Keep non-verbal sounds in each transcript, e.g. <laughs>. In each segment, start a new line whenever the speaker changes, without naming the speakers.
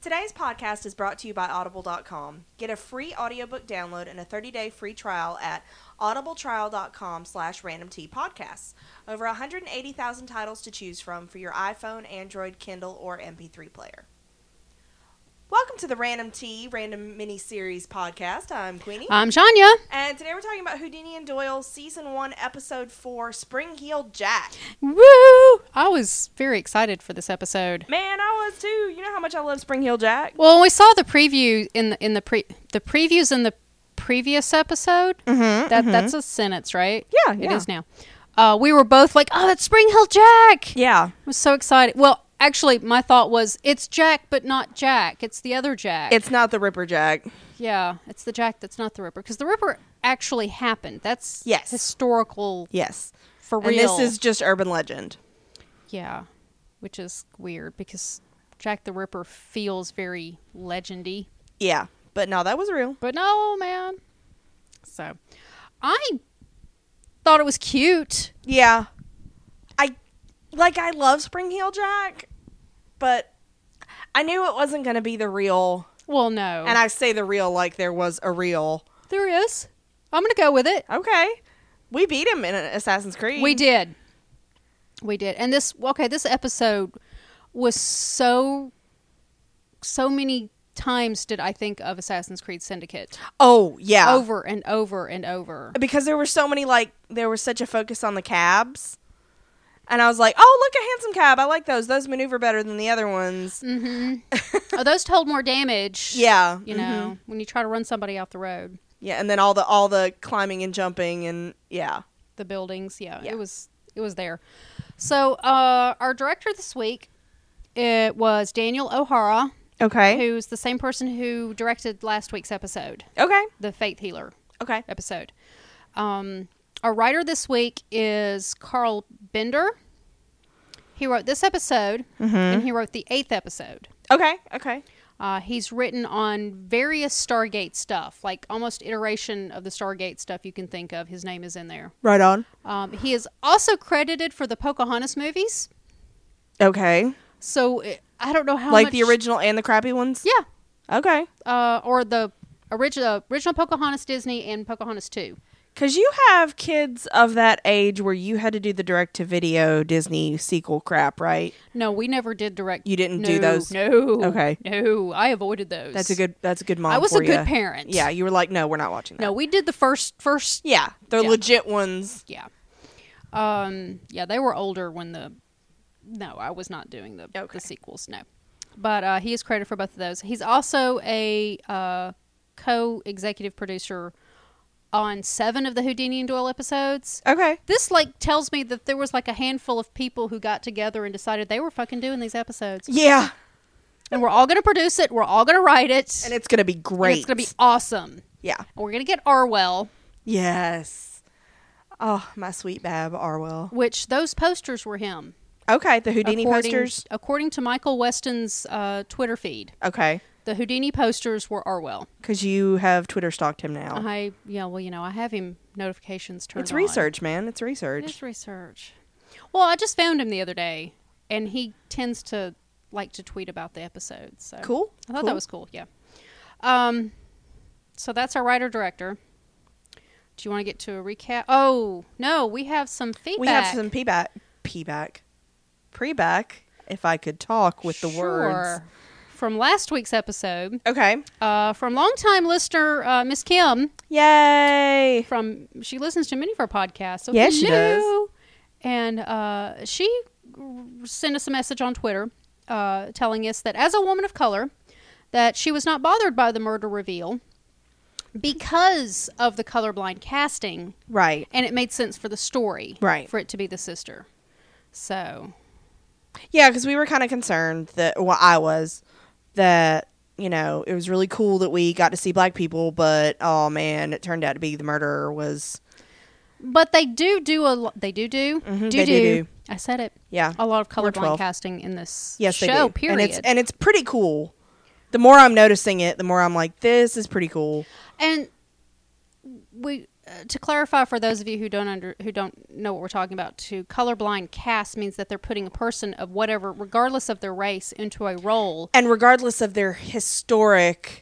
Today's podcast is brought to you by audible.com. Get a free audiobook download and a 30-day free trial at audibletrial.com slash randomtpodcasts. Over 180,000 titles to choose from for your iPhone, Android, Kindle, or MP3 player. Welcome to the Random Tea Random Mini Series podcast. I'm Queenie.
I'm Shania.
And today we're talking about Houdini and Doyle, Season 1, Episode 4, Spring Heeled Jack.
Woo! I was very excited for this episode.
Man, I was too. You know how much I love Spring Heel Jack?
Well, when we saw the preview in the, in the pre the previews in the previous episode,
Mm-hmm.
that that's a sentence, right?
Yeah,
it is
yeah.
now. Uh, we were both like, "Oh, that's Spring Hill Jack!"
Yeah.
I was so excited. Well, actually, my thought was, "It's Jack, but not Jack. It's the other Jack."
It's not the Ripper Jack.
yeah, it's the Jack that's not the Ripper because the Ripper actually happened. That's
Yes.
historical
Yes.
for
And
real.
this is just urban legend.
Yeah, which is weird because Jack the Ripper feels very legendy,
Yeah. But no, that was real.
but no, man. So, I thought it was cute.
Yeah. I like I love Spring Heel Jack, but I knew it wasn't gonna be the real
Well, no,
and I say the real like there was a real.
there is. I'm gonna go with it.
Okay. We beat him in Assassin's Creed.
We did, we did, and this okay. This episode was so, so many times did I think of Assassin's Creed Syndicate
Oh yeah.
over and over and over.
because there were so many like there was such a focus on the cabs and i was like oh look a handsome cab i like those those maneuver better than the other ones
hmm oh, those told more damage.
yeah
you
mhm.
know, when you try to run somebody off the road,
yeah and then all the all the climbing and jumping and yeah
the buildings. Yeah,
Yeah.
it was it was there. So uh, our director this week it was Daniel O'Hara,
okay
who's the same person who directed last week's episode,
okay
the Faith Healer
okay
episode. Um, our writer this week is Carl Bender. He wrote this episode,
Mm-hmm.
and he wrote the eighth episode.
okay okay
Uh, he's written on various Stargate stuff, like almost iteration of the Stargate stuff you can think of. His name is in there.
right on
Um, he is also credited for the Pocahontas movies.
okay
So uh, I don't know how
like
much-
the original and the crappy ones
yeah,
okay
uh, or the original original Pocahontas Disney and Pocahontas Two.
because you have kids of that age where you had to do the direct to video disney sequel crap right
No, we never did direct.
You didn't
no,
do those?
No.
Okay.
No, I avoided those.
that's a good that's a good mom
I was
for
a good
ya.
parent.
yeah you were like no we're not watching that
No, we did the first first
Yeah, they're
Yeah.
legit ones.
Yeah. Um, yeah, they were older when the. No, I was not doing the,
Okay.
the sequels. No. But uh, he is credited for both of those. He's also a uh, co executive producer on seven of the Houdini and Doyle episodes.
Okay.
This like tells me that there was like a handful of people who got together and decided they were fucking doing these episodes,
Yeah,
and we're all gonna produce it. We're all gonna write it,
and it's gonna be great.
and it's gonna be awesome.
yeah.
And we're gonna get Arwell,
Yes. Oh, my sweet Bab Arwell.
which those posters were him.
Okay, the Houdini
according,
posters.
According to Michael Weston's uh, Twitter feed,
Okay,
the Houdini posters were Arwell.
because you have Twitter stalked him now.
I yeah, well, you know, I have him notifications turned.
Oh. It's
Uh-huh. on.
research, man. It's research.
It's research. Well, I just found him the other day, and he tends to like to tweet about the episodes. So
Cool.
I thought
cool.
that was cool. Yeah. Um, so that's our writer director. Do you want to get to a recap? Oh no, we have some feedback.
We have some feedback. Feedback. Preback. If I could talk with the words.
Sure. from last week's episode.
Okay.
uh, from longtime listener uh, Miss Kim.
Yay.
From she listens to many of our podcasts. So
Yes,
we
she does.
knew. And uh, she r- sent us a message on Twitter uh, telling us that as a woman of color, that she was not bothered by the murder reveal because of the colorblind casting,
Right.
and it made sense for the story,
Right.
for it to be the sister. So
Yeah, because we were kind of concerned that, well, I was, that, you know, it was really cool that we got to see black people, but oh man, it turned out to be the murderer was,
But they do do a lo- they do do
Mhm,
do,
they do
do
do.
I said it.
Yeah.
a lot of
We're
colorblind
12.
casting in this
yes,
show.
they do.
Period.
And it's, and it's pretty cool. The more I'm noticing it, the more I'm like, this is pretty cool.
And we uh, to clarify for those of you who don't under who don't know what we're talking about, to colorblind cast means that they're putting a person of whatever, regardless of their race, into a role,
And regardless of their historic,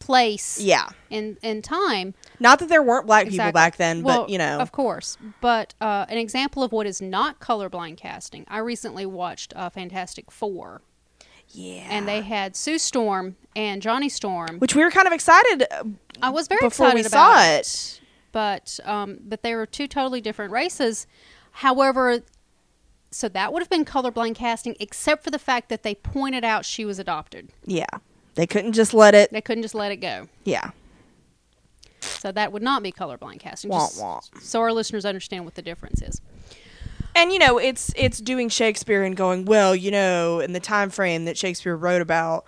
place,
yeah,
and and time.
not that there weren't black people
Exactly.
back then,
Well,
but you know,
of course. But uh, an example of what is not colorblind casting. I recently watched uh, Fantastic Four,
yeah,
and they had Sue Storm and Johnny Storm.
which we were kind of excited. uh,
I was very
before
excited
we
about
saw
it.
it.
but um, but they were two totally different races. However, so that would have been colorblind casting, except for the fact that they pointed out she was adopted.
Yeah, they couldn't just let it.
They couldn't just let it go.
Yeah,
So that would not be colorblind casting.
Wah,
just
wah.
So our listeners understand what the difference is.
and you know, it's it's doing Shakespeare and going well, you know, in the time frame that Shakespeare wrote about.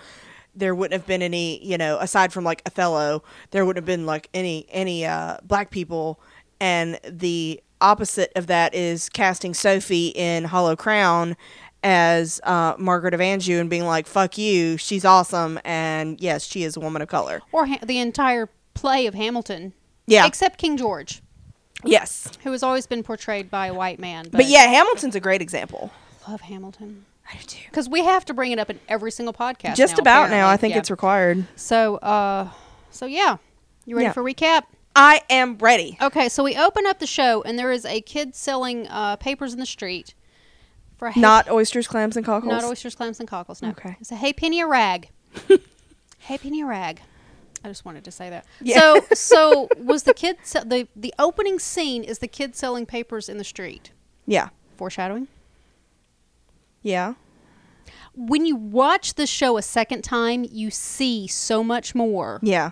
There wouldn't have been any, you know, aside from like Othello, there wouldn't have been like any any uh, black people, and the opposite of that is casting Sophie in Hollow Crown as uh, Margaret of Anjou and being like, "Fuck you, she's awesome," and yes, she is a woman of color.
Or ha- the entire play of Hamilton.
Yeah.
Except King George,
Yes,
who has always been portrayed by a white man. But,
but yeah, Hamilton's a great example.
I love Hamilton.
I do too.
Because we have to bring it up in every single podcast.
Just
now,
about now,
apparently.
I think
Yeah.
it's required.
So, uh, so yeah. You ready
Yeah.
for recap?
I am ready.
Okay, so we open up the show, and there is a kid selling uh, papers in the street for a hey-
Not oysters, clams, and cockles.
not oysters, clams, and cockles. No,
Okay.
it's a hey penny a rag. <laughs> hey penny a rag. I just wanted to say that.
Yeah. <laughs>
So, so was the kid se- the the opening scene is the kid selling papers in the street
yeah.
foreshadowing?
Yeah.
When you watch the show a second time, you see so much more
Yeah.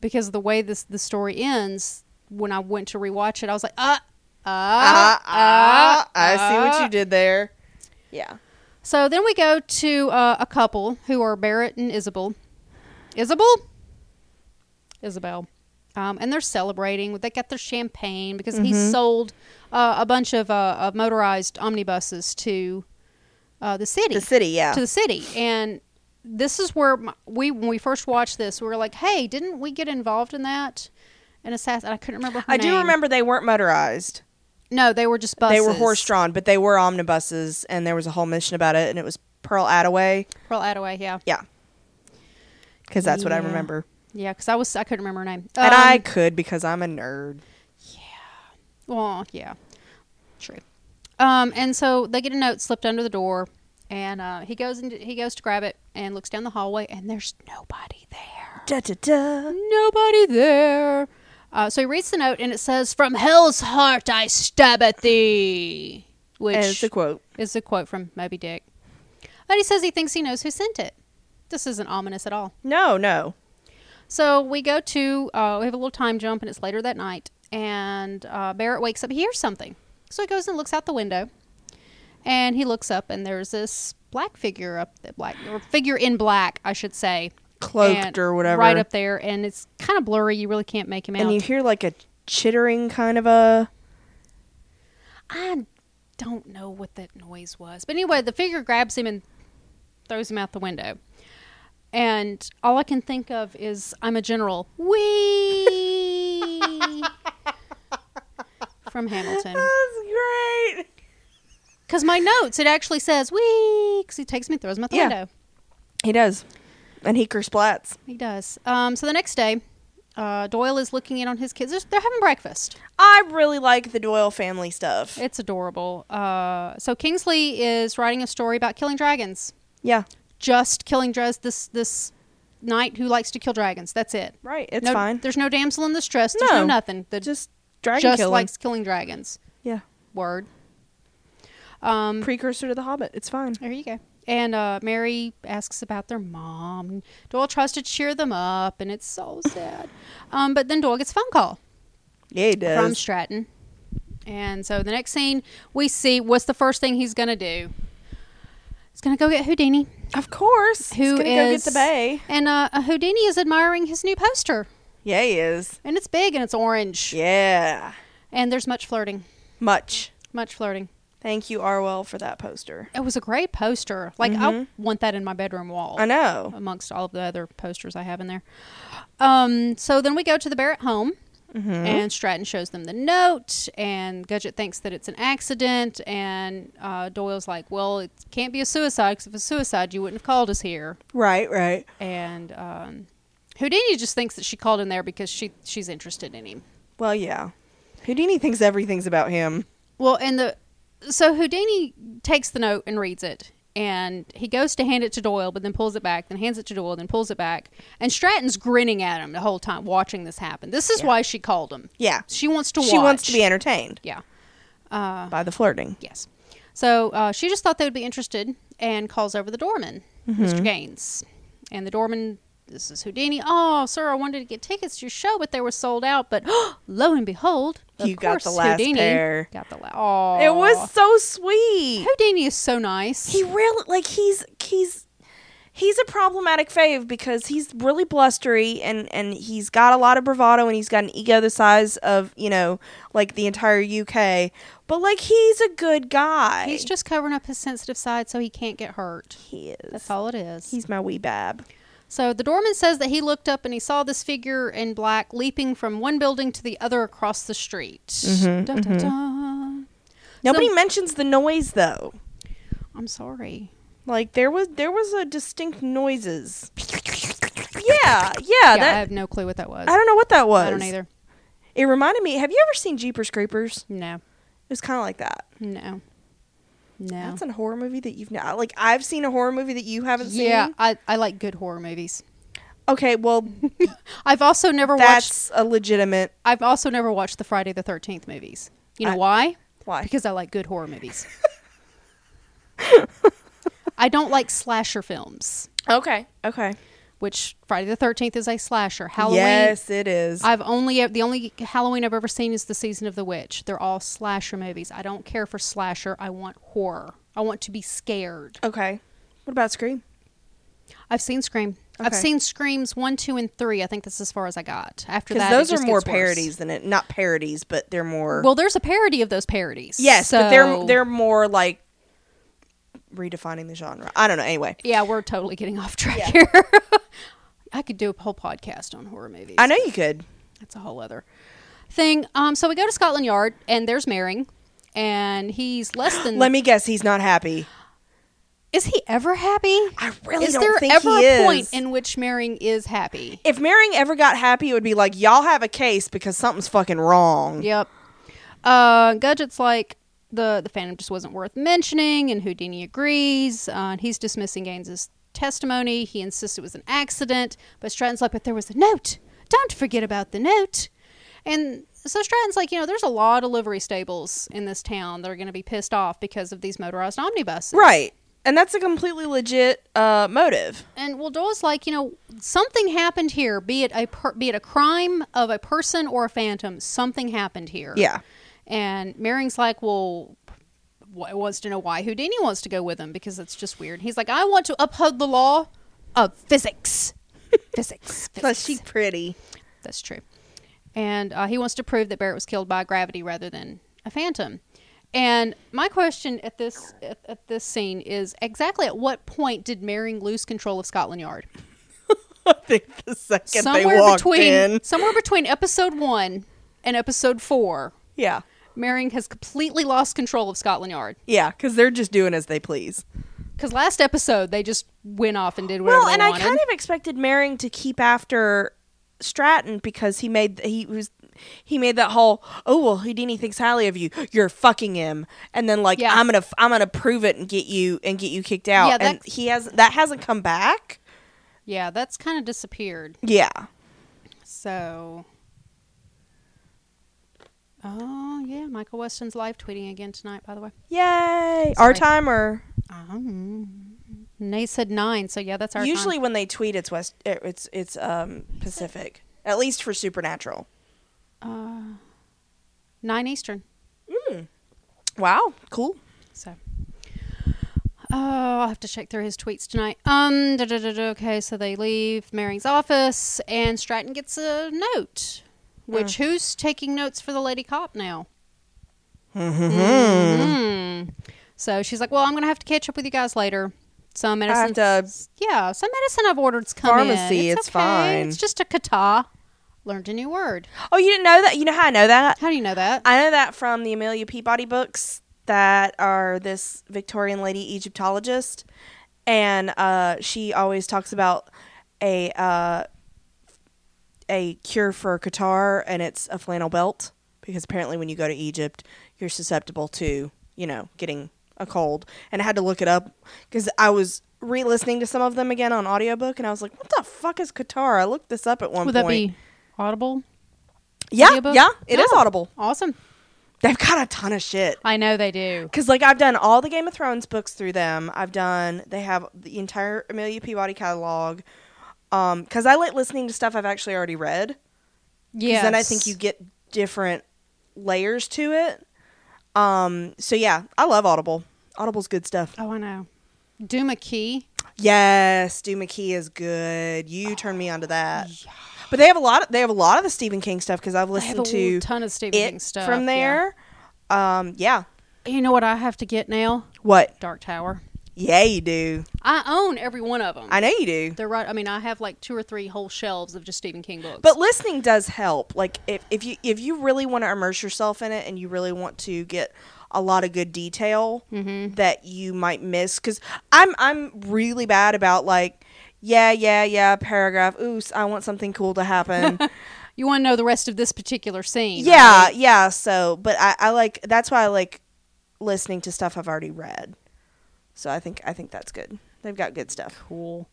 because the way this the story ends. When I went to rewatch it, I was like, uh,
Ah,
uh,
ah, I see what you did there. Yeah.
So then we go to uh, a couple who are Barrett and Isabel. Isabel? Isabel. Um, and they're celebrating. They got their champagne because he
Mm-hmm.
sold uh, a bunch of, uh, of motorized omnibuses to uh, the city.
The city, yeah.
To the city. And this is where my, we, when we first watched this, we were like, hey, didn't we get involved in that? An assassin. I couldn't remember her
I do
name.
remember they weren't motorized.
No, they were just buses.
They were horse drawn, but they were omnibuses, and there was a whole mission about it, and it was Pearl Attaway.
Pearl Attaway, yeah.
Yeah. Because that's what I
Yeah.
remember.
Yeah, because I, was I couldn't remember her name.
and
Um,
I could because I'm a nerd.
Well, yeah, true. Um, and so they get a note slipped under the door, and uh, he goes and he goes to grab it and looks down the hallway, and there's nobody there.
Da, da, da.
Nobody there. Uh, so he reads the note, and it says, "From hell's heart I stab at thee," which
As the quote.
is a quote from Moby Dick. But he says he thinks he knows who sent it. This isn't ominous at all.
No, no.
So we go to, uh, we have a little time jump, and it's later that night. And uh, Barrett wakes up, he hears something. So he goes and looks out the window. And he looks up, and there's this black figure up, the black or figure in black, I should say,
Cloaked
and-
or whatever.
right up there. And it's kind of blurry; you really can't make him out.
And you hear like a chittering kind of a.
I don't know what that noise was. But anyway, the figure grabs him and throws him out the window. And all I can think of is I'm a general. Wee! From Hamilton.
That's great.
Because my notes, it actually says wee! Because he takes me and throws him out the
Yeah.
window.
He does. And he splats.
He does. Um, so the next day, uh, Doyle is looking in on his kids. They're, they're having breakfast.
I really like the Doyle family stuff.
It's adorable. Uh, so Kingsley is writing a story about killing dragons.
yeah.
just killing dress this this knight who likes to kill dragons. That's it.
Right. It's
no,
fine.
There's no damsel in distress. There's no,
No.
nothing. The just
Just dragon killing.
likes killing dragons.
yeah.
Word. Um,
Precursor to the Hobbit. It's fine.
there you go. And uh, Mary asks about their mom. Doyle tries to cheer them up, and it's so sad. um, but then Doyle gets a phone call
Yeah, he
from Stratton. And so the next scene we see what's the first thing he's going to do? He's going to go get Houdini.
of course. Who is
Who
gonna go get
is-
the bay?
And uh, Houdini is admiring his new poster.
Yeah, he is.
And it's big and it's orange.
Yeah.
And there's much flirting.
Much.
Much flirting.
Thank you, Arwell, for that poster.
It was a great poster. Like, I want that in my bedroom wall,
Mm-hmm. I know.
amongst all of the other posters I have in there. Um, so then we go to the Barrett home
Mm-hmm.
And Stratton shows them the note, and Gudget thinks that it's an accident, and uh, Doyle's like, "Well, it can't be a suicide because if it's suicide, you wouldn't have called us here."
Right, right.
And um, Houdini just thinks that she called him there because she she's interested in him.
Well, yeah. Houdini thinks everything's about him.
Well, and the so Houdini takes the note and reads it, and he goes to hand it to Doyle, but then pulls it back, then hands it to Doyle, then pulls it back, and Stratton's grinning at him the whole time, watching this happen. This is why she called him.
Yeah.
She wants to.
She wants
watch.
to Uh. be entertained
Yeah.
by the flirting.
Yes. So uh, she just thought they would be interested and calls over the doorman,
Mm-hmm.
Mr. Gaines. And the doorman, this is Houdini. Oh, sir, I wanted to get tickets to your show, but they were sold out. But <gasps> lo and behold, of
You got the
course,
last
Houdini
pair.
Got the last. Oh,
It was so sweet.
Houdini is so nice.
He really like he's he's he's a problematic fave because he's really blustery and and he's got a lot of bravado and he's got an ego the size of you know like the entire UK. But like he's a good guy.
He's just covering up his sensitive side so he can't get hurt.
he is.
That's all it is.
He's my wee bab.
So the doorman says that he looked up and he saw this figure in black leaping from one building to the other across the street.
Mm-hmm,
Dun, dun, dun.
Nobody mentions the noise though.
I'm sorry.
Like there was there was a distinct noises. Yeah, yeah.
yeah, I
that
have no clue what that was.
I, don't know what that was.
I don't either.
It reminded me. Have you ever seen Jeepers Creepers?
No,
It was kind of like that.
no, no.
That's a horror movie that you've not like. I've seen a horror movie that you haven't seen.
yeah, I, I like good horror movies.
Okay.
<laughs>
Well,
I've also never watched.
that's a legitimate.
I've also never watched the Friday the Thirteenth movies. You know
I-
why?
Why?
Because I like good horror movies. I don't like slasher films,
Okay. Okay.
which Friday the Thirteenth is a slasher. Halloween.
Yes, it is.
I've only the only Halloween I've ever seen is the season of the witch. They're all slasher movies. I don't care for slasher. I want horror. I want to be scared.
okay. What about Scream?
I've seen Scream. I've
Okay.
seen Screams one, two, and three. I think that's as far as I got. After
Because
that,
those
it
are
just
more
gets worse.
parodies than it. Not parodies, but they're more.
Well, there's a parody of those parodies.
yes,
so
but they're they're more like redefining the genre. I don't know. Anyway,
yeah. We're totally getting off track here. <laughs> I could do a whole podcast on horror movies.
I know you could.
That's a whole other thing. Um, so we go to Scotland Yard, and there's Mering, and he's less than.
Let me guess. He's not happy.
is he ever happy?
I really
is
don't
there
think
ever
he
a
is.
point in which Mering is happy?
if Maring ever got happy, it would be like, y'all have a case because something's fucking wrong.
Yep. Uh, Gudget's like the the Phantom just wasn't worth mentioning, and Houdini agrees. Uh, and he's dismissing Gaines's testimony. He insists it was an accident, but Stratton's like, "But there was a note. Don't forget about the note." And so Stratton's like, you know, there's a lot of livery stables in this town that are going to be pissed off because of these motorized omnibuses.
Right. And that's a completely legit uh, motive.
And well, Doyle's like, you know, something happened here. Be it a per- be it a crime of a person or a phantom, something happened here.
Yeah.
And Maring's like, well, wh- wants to know why Houdini wants to go with him because it's just weird. He's like, I want to uphold the law of physics. physics.
Plus,
physics.
she's pretty.
That's true. And uh, he wants to prove that Barrett was killed by gravity rather than a phantom. And my question at this at, at this scene is exactly at what point did Maring lose control of Scotland Yard?
<laughs> I think the second they
somewhere
walked
between
in.
somewhere between episode one and episode four,
Yeah.
Maring has completely lost control of Scotland Yard.
Yeah, because they're just doing as they please.
Because last episode they just went off and did whatever
Well,
they
and I
wanted.
kind of expected Maring to keep after Stratton because he made he was he made that whole oh well Houdini thinks highly of you you're fucking him and then like
Yeah.
I'm gonna I'm gonna prove it and get you and get you kicked out
Yeah,
and
that-
he has that hasn't come back
yeah, that's kind of disappeared.
yeah
So, oh yeah, Michael Weston's live tweeting again tonight. By the way,
yay
Sorry.
our timer
um, Nate said nine. So yeah, that's our time.
Ah. usually when they tweet it's west it- it's it's um Pacific at least for Supernatural
Uh, nine Eastern.
wow cool
So. Oh, I'll have to check through his tweets tonight. Um, da, da, da, da, okay, so they leave Maring's office, and Stratton gets a note.
Hmm.
Which who's taking notes for the lady cop now?
Mm-hmm.
Mhm. So she's like, "Well, I'm gonna have to catch up with you guys later. Some
I have
medicine,
to
yeah, some medicine I've ordered's coming.
Pharmacy, it's fine.
It's just a kata. learned a new word.
Oh, you didn't know that? You know how I know that?
How do you know that?
I know that from the Amelia Peabody books that are this Victorian lady Egyptologist, and uh, she always talks about a uh, a cure for Qatar, and it's a flannel belt because apparently when you go to Egypt, you're susceptible to you know getting a cold. And I had to look it up because I was re-listening to some of them again on audiobook, and I was like, "What the fuck is Qatar?" I looked this up at one
Would that
point.
be audible?
yeah,
audiobook?
yeah, it is
Oh.
Audible.
Awesome.
They've got a ton of shit.
I know they do.
Because like I've done all the Game of Thrones books through them. I've done they have the entire Amelia Peabody catalog. Um, because I like listening to stuff I've actually already read.
Yeah.
Yeah. Then I think you get different layers to it. Um. So yeah, I love Audible. Audible's good stuff.
Oh, I know. Duma Key.
Yes, Stu McKee is good. You turned me onto that. But they have a lot. Of, they have a lot of the Stephen King stuff because I've
I
listened
have a little
to
ton of Stephen King
it
stuff
from
yeah.
there. Um. Yeah.
You know what I have to get now?
What?
Dark Tower.
Yeah, you do.
I own every one of them.
I know you do.
They're right. I mean, I have like two or three whole shelves of just Stephen King books.
But listening does help. Like if, if you if you really want to immerse yourself in it and you really want to get a lot of good detail that you might miss cuz I'm I'm really bad about like yeah, yeah, yeah, paragraph. Ooh, s- I want something cool to <laughs> happen.
you want to know the rest of this particular scene?
yeah,
right?
yeah, so but I I like that's why I like listening to stuff I've already read. So I think I think that's good. They've got good stuff.
Cool.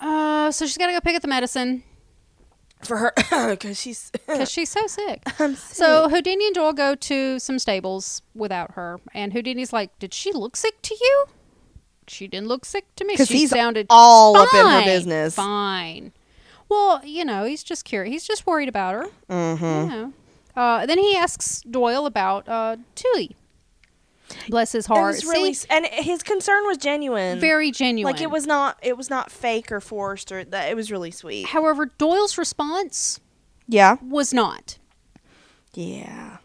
Uh, so she's got to go pick up the medicine
For her <coughs> cuz she's
because she's so sick.
<laughs> I'm
So Houdini and Doyle go to some stables without her, and Houdini's like, "Did she look sick to you? She didn't look sick to me.
cuz
She
he's
sounded
all up in her
fine,
business.
Fine. Well, you know, he's just curious. He's just worried about her.
Mhm.
You know. Uh, then he asks Doyle about uh, Tui. Bless his
It
heart.
was really, s-
See,
and his concern was genuine.
very genuine.
like it was not, it was not fake or forced or that. It was really sweet.
However, Doyle's response
Yeah,
was not.
yeah.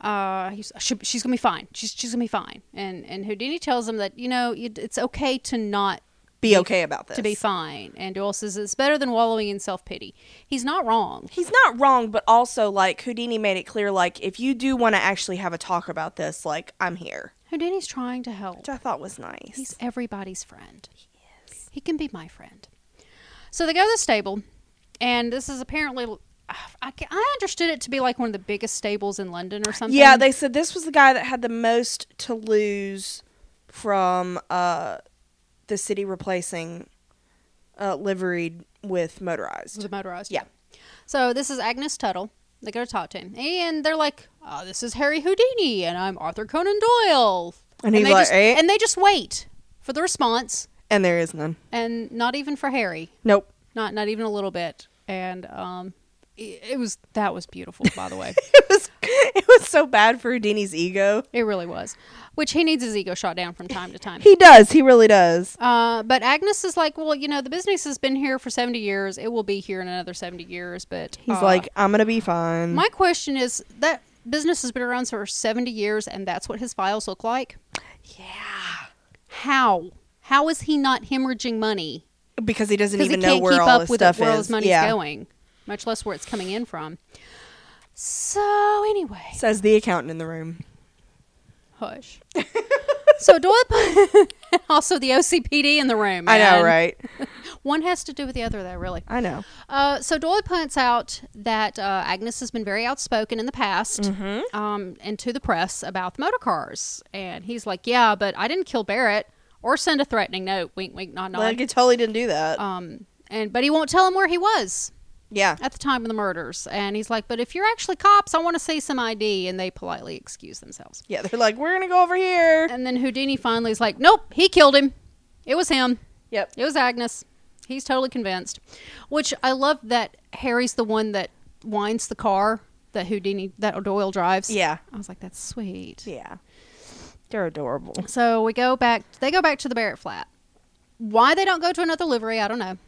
Uh, he's, she, she's gonna be fine. She's she's gonna be fine. And and Houdini tells him that you know it, it's okay to not
Be okay about this.
to be fine. And Doyle says it's better than wallowing in self pity. He's not wrong.
He's not wrong, but also like Houdini made it clear, like if you do want to actually have a talk about this, like I'm here,
Houdini's trying to help.
which I thought was nice.
He's everybody's friend. He is. He can be my friend. So they go to the stable, and this is apparently. I, ca- I understood it to be like one of the biggest stables in London or something.
yeah, they said this was the guy that had the most to lose from uh the city replacing uh liveried with motorized.
the motorized.
Yeah.
So this is Agnes Tuttle. They go to talk to him, and they're like, oh, "This is Harry Houdini, and I'm Arthur Conan Doyle."
And he's
they
like,
just,
"Eh?"
and they just wait for the response,
And there is none.
and not even for Harry.
Nope. <laughs>
not not even a little bit and um it, it was that was beautiful by
<laughs>
the way
it was it was so bad for Houdini's ego.
it really was which he needs his ego shot down from time to
<laughs>
time
He does. He really does.
uh, but Agnes is like, well, you know, the business has been here for 70 years. It will be here in another 70 years. But
He's
uh,
like, I'm gonna be fine.
my question is that business has been around for 70 years and that's what his files look like.
yeah,
How? How is he not hemorrhaging money?
because he doesn't
Because he
even know
can't
where
keep
all
up
his
with
stuff
where all
is.
his money's
yeah,
going, much less where it's coming in from. So, anyway.
says the accountant in the room. <laughs>
Hush. so Doyle put <laughs> also the OCPD in the room.
I
man.
know,
<laughs>
right?
One has to do with the other, though, really.
I know.
Uh, so Doyle points out that uh, Agnes has been very outspoken in the past um, and to the press about the motor cars, and he's like, "Yeah, but I didn't kill Barrett or send a threatening note." Wink, wink, nod, nod.
Like he totally didn't do that.
um, and but he won't tell him where he was
yeah,
at the time of the murders, and he's like, "But if you're actually cops, I want to see some ID," and they politely excuse themselves.
yeah. They're like, we're gonna go over here.
And then Houdini finally is like, nope, he killed him. It was him.
Yep.
It was Agnes. He's totally convinced. Which I love that Harry's the one that winds the car that Houdini, that Doyle drives.
Yeah,
I was like, that's sweet.
yeah. They're adorable.
So we go back, they go back to the Barrett flat. Why they don't go to another livery, I don't know.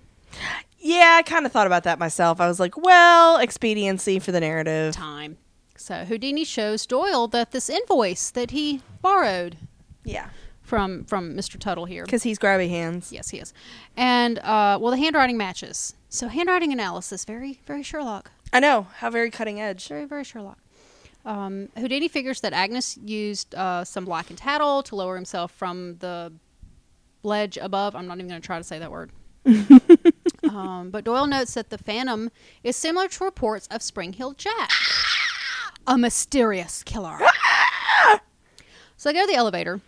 Yeah, I kind of thought about that myself. I was like, well, expediency for the narrative.
Time. So Houdini shows Doyle that this invoice that he borrowed
Yeah,
from from Mr. Tuttle here.
because he's grabby hands.
Yes, he is. And uh, well, the handwriting matches. So handwriting analysis, very very Sherlock,
I know how very cutting edge.
very very Sherlock. Um, Houdini figures that Agnes used uh, some blackened tattle to lower himself from the ledge above. I'm not even going to try to say that word. um, but Doyle notes that the Phantom is similar to reports of Spring Hill Jack, a mysterious killer. so they go to the elevator,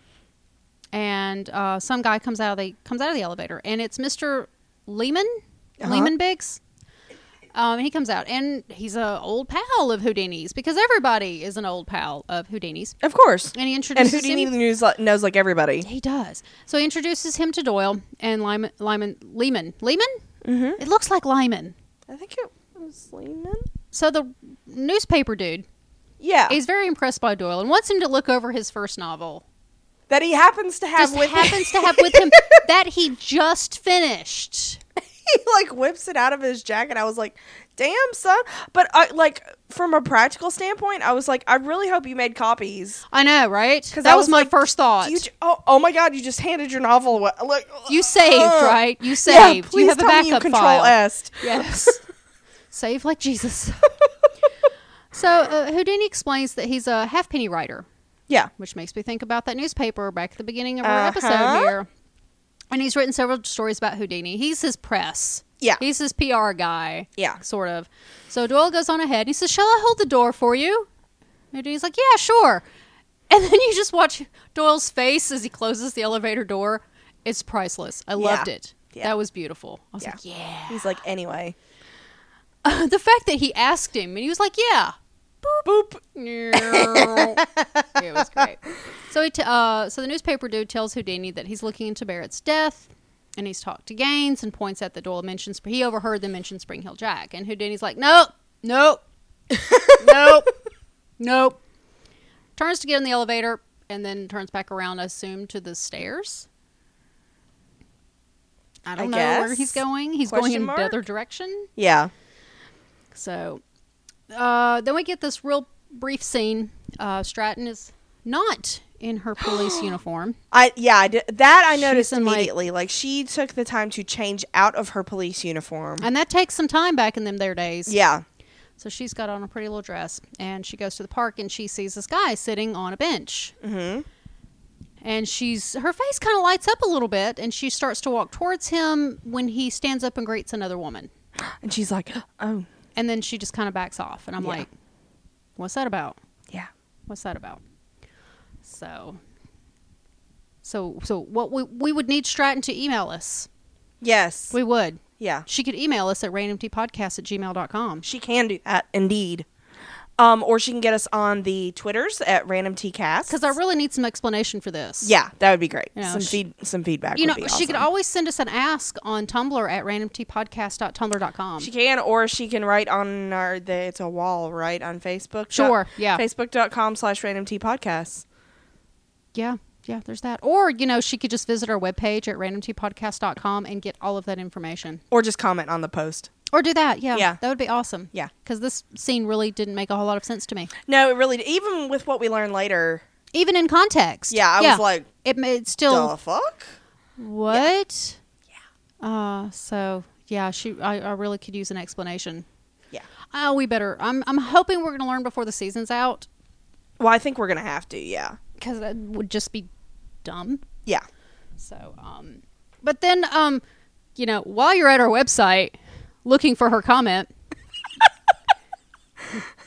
and uh, some guy comes out. Of the comes out of the elevator, and it's Mister Lehman,
Uh-huh.
Lehman Biggs. Um, he comes out, and he's an old pal of Houdini's because everybody is an old pal of Houdini's.
Of course.
And he
And
introduces
Houdini
him.
news li- knows like everybody.
He does. So he introduces him to Doyle and Lyman. Lyman. Lehman. Lehman. Mm-hmm. It looks like Lyman.
I think it was Lehman.
So the newspaper dude
Yeah.
is very impressed by Doyle and wants him to look over his first novel.
that he happens to have
Just
with
happens to have with him
<laughs>
that he just finished.
<laughs> he like whips it out of his jacket. I was like, "Damn, son!" But I like from a practical standpoint, I was like, "I really hope you made copies."
I know, right?
'Cause
That
I
was,
was
my
like,
first thought.
You
You,
j- oh, oh my god, you just handed your novel away. Like
saved,
ugh.
right? You
Yeah,
saved.
please
you have a
tell me you
backup
control
file.
S.
Yes. <laughs> Save like Jesus. <laughs> so uh, Houdini explains that he's a halfpenny writer,
Yeah.
which makes me think about that newspaper back at the beginning of our
Uh-huh.
episode here. And he's written several stories about Houdini. He's his press.
Yeah.
He's his PR guy.
Yeah.
Sort of. So Doyle goes on ahead and he says, Shall I hold the door for you? And he's like, Yeah, sure. And then you just watch Doyle's face as he closes the elevator door. It's priceless. I loved
Yeah.
it.
Yeah.
That was beautiful. I was
Yeah.
like, Yeah.
He's like, "Anyway."
<laughs> the fact that he asked him and he was like,
<laughs>
Yeah.
Boop.
it was great. So he t- uh, so the newspaper dude tells Houdini that he's looking into Barrett's death, and he's talked to Gaines and points out that Doyle mentions he overheard them mention Spring Hill Jack, and Houdini's like, nope,
<laughs>
nope, nope, nope. Turns to get in the elevator and then turns back around, I assume, to the stairs. I don't know where
guess?
he's going. He's going
Question
in
mark?
the other direction.
Yeah.
So uh, then we get this real brief scene. Uh, Stratton is not in her police uniform.
I yeah, I did, that I
She's
noticed
in, like-
immediately. Like, she took the time to change out of her police uniform.
And that takes some time back in them their days.
yeah.
So she's got on a pretty little dress and she goes to the park and she sees this guy sitting on a bench.
Mhm.
And she's her face kind of lights up a little bit and she starts to walk towards him when he stands up and greets another woman.
And she's like, "Oh,
And then she just kind of backs off and I'm
Yeah.
like, what's that about?
yeah."
What's that about? So, so, so what we, we would need Stratton to email us.
Yes.
We would.
yeah.
She could email us at randomtpodcast at gmail.com.
She can do that, indeed. Um, or she can get us on the Twitters at Random TCast.
Because I really need some explanation for this.
yeah, that would be great.
You know,
some
she-
feed, some feedback.
You know,
would be
she could
awesome.
always send us an ask on Tumblr at randomtpodcast.tumblr.com.
She can, or she can write on our. The, it's a wall, right, on Facebook.
Sure, yeah.
Facebook.com slash Random T Podcast.
yeah, yeah, there's that. Or, you know, she could just visit our webpage at randomtpodcast.com and get all of that information.
or just comment on the post.
Or do that. Yeah.
Yeah.
That would be awesome.
Yeah.
Because this scene really didn't make a whole lot of sense to me.
No, it really. Even with what we learned later,
Even in context.
Yeah, I was like,
it made still
the fuck.
What? Yeah. Uh so yeah, she I, I really could use an explanation.
Yeah.
Oh, we better. I'm I'm hoping we're gonna learn before the season's out
Well, I think we're gonna have to. Yeah.
because that would just be dumb.
Yeah.
So um, but then um, you know, while you're at our website looking for her comment, <laughs>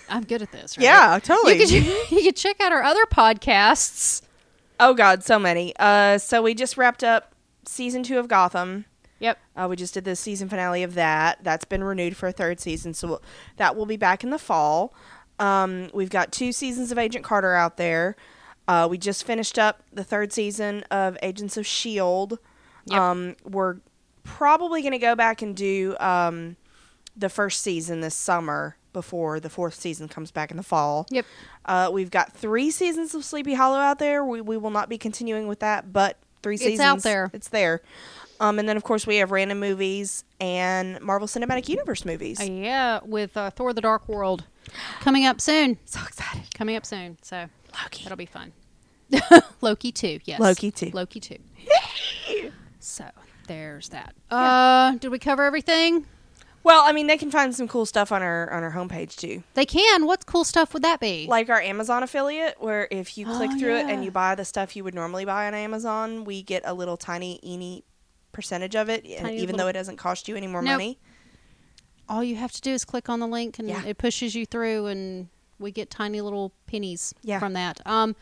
I'm good at this. Right?
Yeah. Totally.
You could <laughs> you could check out our other podcasts.
oh God, so many. Uh, so we just wrapped up season two of Gotham.
Yep.
Uh, we just did the season finale of that. That's been renewed for a third season, so we'll, that will be back in the fall. Um, we've got two seasons of Agent Carter out there. Uh, we just finished up the third season of Agents of Shield.
Yep.
E Um, we're probably going to go back and do um, the first season this summer before the fourth season comes back in the fall.
Yep.
Uh, we've got three seasons of Sleepy Hollow out there. We, we will not be continuing with that, but three seasons.
It's out there.
It's there. Um, and then, of course, we have random movies and Marvel Cinematic Universe movies.
Uh, yeah, with uh, Thor: The Dark World coming up soon.
so excited.
Coming up soon, so
Loki.
that'll be fun. <laughs> Loki two, yes.
Loki 2. <laughs>
Loki two. so there's that. Uh, did we cover everything?
Well, I mean, they can find some cool stuff on our on our homepage too,
They can. What cool stuff would that be?
like our Amazon affiliate, where if you click
Oh,
through it
yeah.
and you buy the stuff you would normally buy on Amazon, we get a little tiny eeny percentage of it, and
Tiny
even
little-
though it doesn't cost you any more
Nope.
money.
All you have to do is click on the link and
Yeah.
it pushes you through and we get tiny little pennies
Yeah.
from that. Um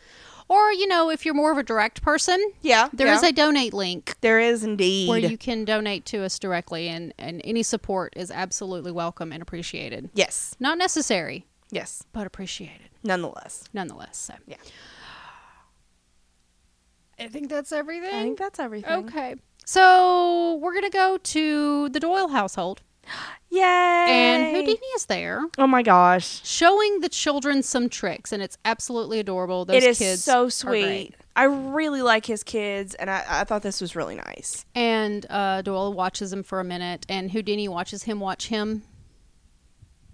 or you know, if you're more of a direct person,
Yeah,
there is
yeah.
a donate link
there is indeed.
where you can donate to us directly and and any support is absolutely welcome and appreciated.
yes,
Not necessary,
yes,
but appreciated
nonetheless.
nonetheless. So.
Yeah.
I think that's everything.
I think that's Mm-hmm. everything.
okay. So we're gonna go to the Doyle household,
Yay!
and Houdini is there
Oh my gosh.
showing the children some tricks, and it's absolutely adorable. Those
it is
kids
so
are great.
sweet. I really like his kids, and I, I thought this was really nice.
And uh, Doyle watches him for a minute, and Houdini watches him watch him.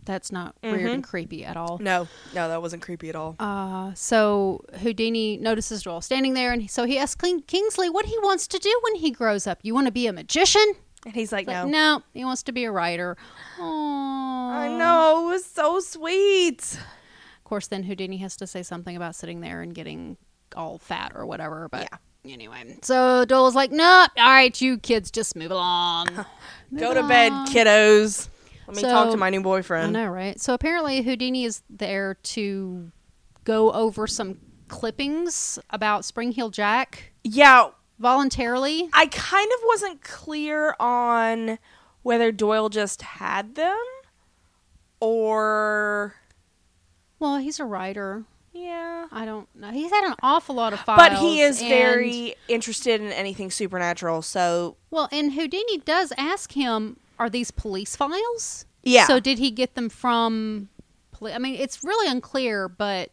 That's not weird and creepy at all.
Mm-hmm. No, no, that wasn't creepy at all.
Uh, so Houdini notices Doyle standing there, and he, so he asks King- Kingsley what he wants to do when he grows up. You want to be a magician?
And he's like,
It's like,
no.
no, he wants to be a writer. Aww.
I know, it was so sweet.
Of course, then Houdini has to say something about sitting there and getting all fat or whatever. But anyway, so Dole's like, no, all right, you kids, just
<laughs>
move along. Move
Go to bed,
along.
kiddos. Let me talk
So-
to my new
I
boyfriend.
know, right? So apparently, Houdini is there to go over some clippings about Spring Hill Jack
Yeah,
voluntarily.
I kind of wasn't clear on whether Doyle just had them or.
Well, he's a writer.
Yeah.
I don't know. He's had an awful lot of files.
But he is
and-
very interested in anything supernatural, so
Well, and Houdini does ask him, "Are these police files?"
Yeah.
So did he get them from? Poli- I mean, it's really unclear, but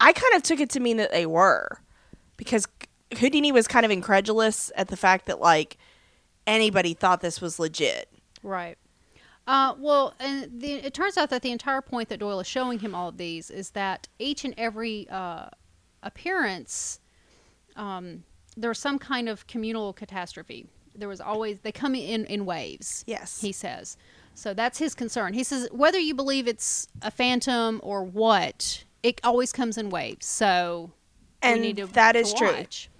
I kind of took it to mean that they were because Houdini was kind of incredulous at the fact that like anybody thought this was legit.
right. Uh, well, and the, it turns out that the entire point that Doyle is showing him all of these is that each and every uh, appearance, um, there's some kind of communal catastrophe. There was always they come in in waves.
Yes.
he says. So that's his concern. He says whether you believe it's a phantom or what, it always comes in waves. So
and
we need to
that
to
is true.
watch.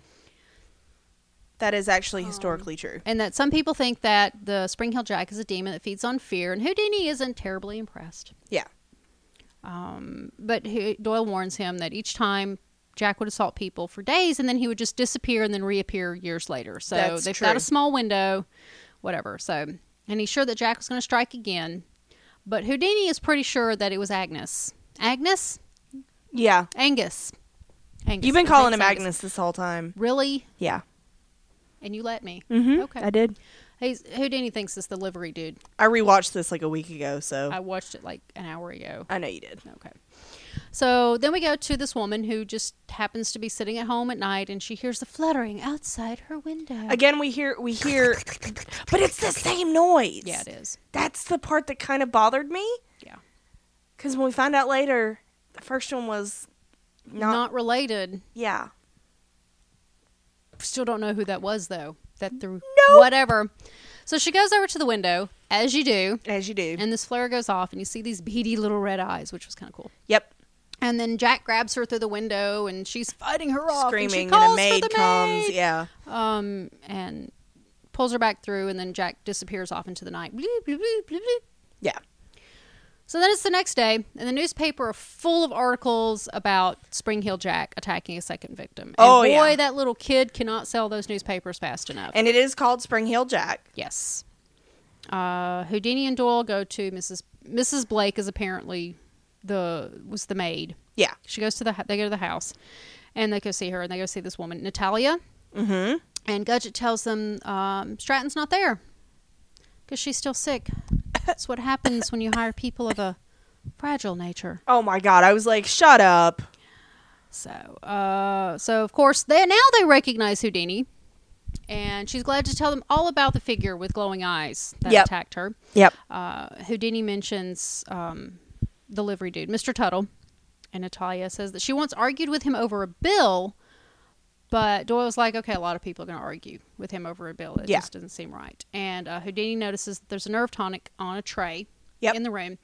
That is actually historically true.
And that some people think that the Spring Hill Jack is a demon that feeds on fear, and Houdini isn't terribly impressed.
Yeah.
Um, but Hu- Doyle warns him that each time Jack would assault people for days, and then he would just disappear and then reappear years later. So
That's
they've
true.
got a small window, whatever. So, and he's sure that Jack was going to strike again, but Houdini is pretty sure that it was Agnes. Agnes,
Yeah.
Angus, Angus.
You've been
His
calling
name's
him
Angus.
Agnes this whole time.
really?
Yeah.
And you let me?
Mm-hmm.
Okay.
I did.
He's, Houdini thinks it's the livery dude.
I rewatched this like a week ago, so
I
I,
watched it like an hour ago.
know you did.
Okay. So then we go to this woman who just happens to be sitting at home at night and she hears the fluttering outside her window.
Again, we hear we hear, but it's the same noise.
Yeah, it is.
That's the part that kind of bothered me
Yeah.
because when we find out later, the first one was
Not,
not.
related.
yeah.
Still don't know who that was though. That through
Nope.
whatever. So she goes over to the window, as you do,
As you do.
and this flare goes off and you see these beady little red eyes, which was kind of cool.
yep.
And then Jack grabs her through the window and she's fighting her off. and, Oh, she
screaming and
calls
a maid
for the
comes
maid.
yeah
um, and pulls her back through, and then Jack disappears off into the night. Bleep, bleep, bleep, bleep, bleep.
yeah
So then it's the next day, and the newspaper are full of articles about Spring Hill Jack attacking a second victim. And
Oh,
boy,
yeah.
that little kid cannot sell those newspapers fast enough.
and it is called spring hill jack
yes. Uh, Houdini and Doyle go to Mrs. Mrs. Blake is apparently the was the maid.
yeah
She goes to the they go to the house, and they go see her, and they go see this woman Natalia.
mm-hmm
And Gudget tells them um, Stratton's not there because she's still sick. That's what happens when you hire people of a fragile nature.
oh my god i was like shut up
So, uh, so of course, they now they recognize Houdini, and she's glad to tell them all about the figure with glowing eyes that
Yep.
attacked her.
yep
Uh, Houdini mentions um, the livery dude, Mr. Tuttle, and Natalia says that she once argued with him over a bill, But Doyle was like, okay, a lot of people are going to argue with him over a bill. It
Yeah.
just doesn't seem right. And uh, Houdini notices that there's a nerve tonic on a tray
Yep.
in the room.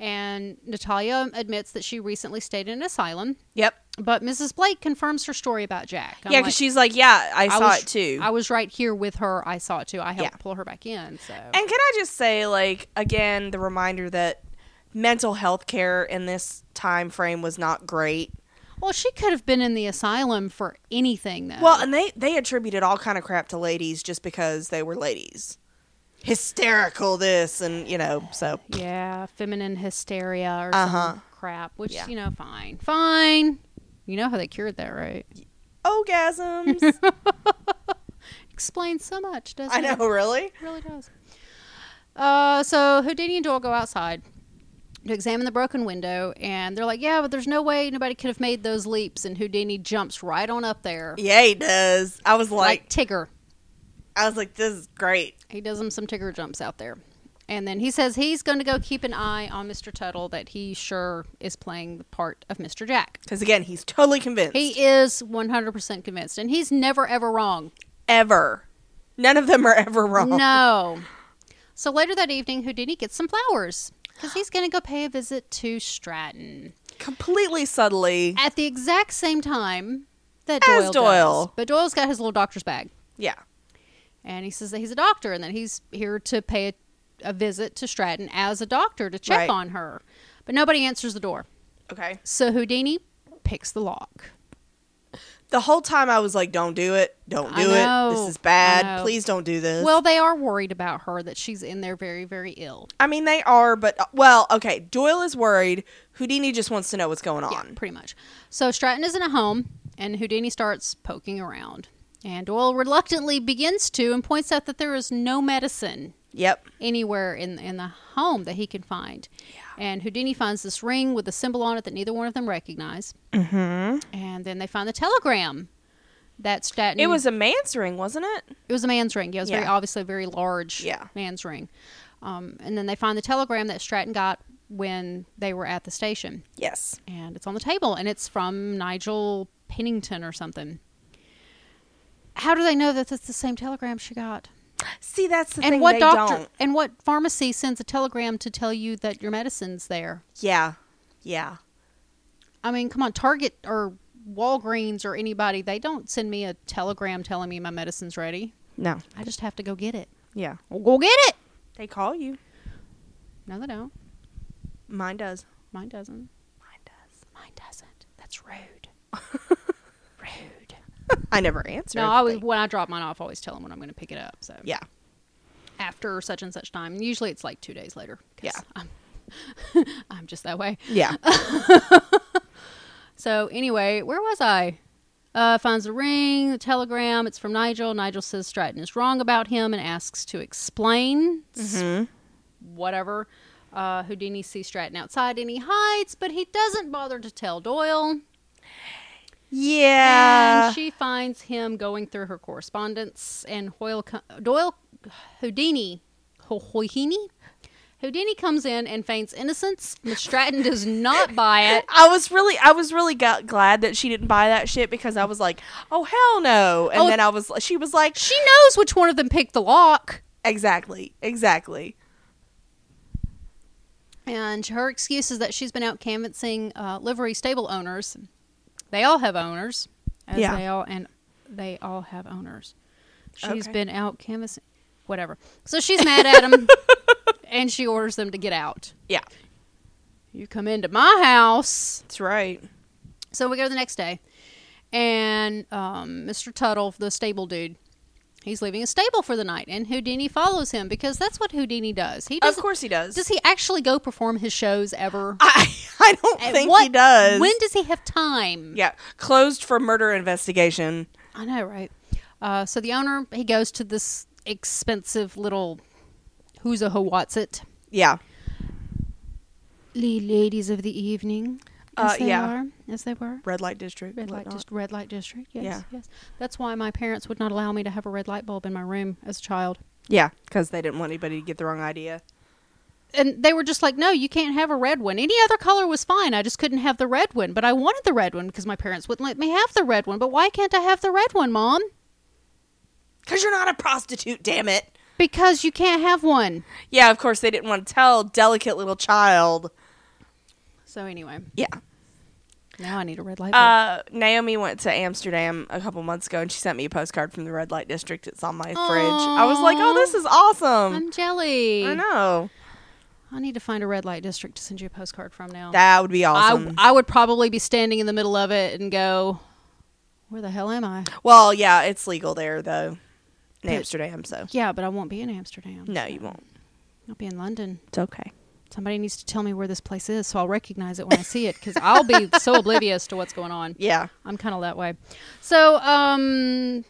And Natalia admits that she recently stayed in an asylum.
Yep.
But Mrs. Blake confirms her story about Jack. I'm
yeah, because
like,
she's like, yeah, I, saw
was,
it too.
I was right here with her. I saw it too. I helped
Yeah.
pull her back in. So
And can I just say, like, again, the reminder that mental health care in this time frame was not great.
Well, she could have been in the asylum for anything, though.
Well, and they they attributed all kind of crap to ladies just because they were ladies. Hysterical this and you know, so
yeah, feminine hysteria or
Uh-huh.
some crap, which
Yeah.
you know, fine, fine. You know how they cured that, right?
orgasms.
Explains so much,
<laughs>
doesn't
I
it?
know, really?
It really does. Uh, so Houdini and Doyle go outside to examine the broken window, and they're like, "Yeah, but there's no way nobody could have made those leaps." And Houdini jumps right on up there,
Yeah, he does. I was like,
like Tigger.
I was like, this is great.
He does him some Tigger jumps out there. And then he says he's going to go keep an eye on Mr. Tuttle, that he sure is playing the part of Mr. Jack.
Because again, he's totally convinced.
He is 100% convinced, and he's never, ever wrong.
ever. None of them are ever wrong.
No. So later that evening, Houdini gets some flowers because he's going to go pay a visit to Stratton
Completely subtly.
at the exact same time that Doyle,
As Doyle.
does. But Doyle's got his little doctor's bag,
Yeah.
and he says that he's a doctor and that he's here to pay a, a visit to Stratton as a doctor to check
Right.
on her. But nobody answers the door.
Okay.
So Houdini picks the lock.
The whole time I was like, don't do it. Don't
I
do it.
know.
This is
I
bad.
know.
Please don't do this.
Well, they are worried about her that she's in there very, very ill.
I mean, they are, but uh, well, okay. Doyle is worried. Houdini just wants to know what's going
Yeah,
on.
pretty much. So Stratton is in a home, and Houdini starts poking around. And Doyle reluctantly begins to and points out that there is no medicine
Yep.
anywhere in in the home that he can find. And Houdini finds this ring with a symbol on it that neither one of them recognize. Mm-hmm. And then they find the telegram that Stratton.
It was a man's ring, wasn't it?
It was a man's ring. Yeah, it was very
Yeah.
obviously a very large
Yeah.
man's ring. Um, and then they find the telegram that Stratton got when they were at the station.
Yes.
And it's on the table, and it's from Nigel Pennington or something. How do they know that that's the same telegram she got?
See, that's the
and
thing.
what
they
doctor
don't.
and what pharmacy sends a telegram to tell you that your medicine's there?
Yeah. Yeah.
I mean, come on, Target or Walgreens or anybody, they don't send me a telegram telling me my medicine's ready.
No.
I just have to go get it.
Yeah.
Well, go get it.
They call you.
No, they don't.
Mine does.
Mine doesn't.
Mine does.
Mine doesn't.
<laughs>
That's rude. rude.
I never answer.
No, I always,
everything.
when I drop mine off, I always tell them when I'm going to pick it up. So
Yeah.
after such and such time. Usually it's like two days later. 'cause
Yeah.
I'm, <laughs> I'm just that way.
Yeah.
So anyway, where was I? Uh, finds the ring, the telegram. It's from Nigel. Nigel says Stratton is wrong about him and asks to explain s- whatever. Uh, Houdini sees Stratton outside and he hides, but he doesn't bother to tell Doyle.
<laughs> yeah.
and she finds him going through her correspondence, and Hoyle co- Doyle Houdini Ho- Houdini Houdini comes in and feigns innocence, but Stratton does not buy it.
I was really, I was really g- glad that she didn't buy that shit because I was like, oh hell no, and
Oh,
then I was, she was like,
She knows which one of them picked the lock,
exactly, exactly.
and her excuse is that she's been out canvassing uh, livery stable owners. They all have owners, as
Yeah.
they all and they all have owners. She's
Okay.
been out canvassing, whatever. So she's mad
<laughs>
at him, and she orders them to get out.
Yeah,
You come into my house.
that's right.
So we go the next day, and um, Mr. Tuttle, the stable dude, he's leaving a stable for the night, and Houdini follows him because that's what Houdini does. He does.
of course he does.
Does he actually go perform his shows ever?
<laughs> I, I don't
At
think he
what-
does.
When does he have time?
yeah, closed for murder investigation.
I know, right? Uh, so the owner he goes to this expensive little who's a who what's it?
Yeah,
The ladies of the evening,
Uh,
as they
yeah.
are, as they were.
red light district.
Red light
whatnot.
just red light district. Yes,
Yeah.
yes. That's why my parents would not allow me to have a red light bulb in my room as a child.
Yeah, because they didn't want anybody to get the wrong idea.
and they were just like, no, you can't have a red one. Any other color was fine. I just couldn't have the red one. But I wanted the red one because my parents wouldn't let me have the red one. But why can't I have the red one, Mom?
Because you're not a prostitute, damn it.
Because you can't have one.
Yeah, of course, they didn't want to tell delicate little child.
So, anyway,
Yeah.
now I need a red light. bulb.
Uh, Naomi went to Amsterdam a couple months ago and she sent me a postcard from the red light district. It's on my fridge. I was like, oh, this is awesome.
I'm jelly.
I know.
I need to find a red light district to send you a postcard from now.
That would be awesome.
I, I would probably be standing in the middle of it and go, where the hell am I?
well, yeah, it's legal there, though, in Amsterdam, so.
Yeah, but I won't be in Amsterdam.
No, you won't.
I'll be in London.
It's okay.
Somebody needs to tell me where this place is so I'll recognize it when I see it because
<laughs>
I'll be so oblivious to what's going on.
Yeah.
I'm kind of that way. So, um,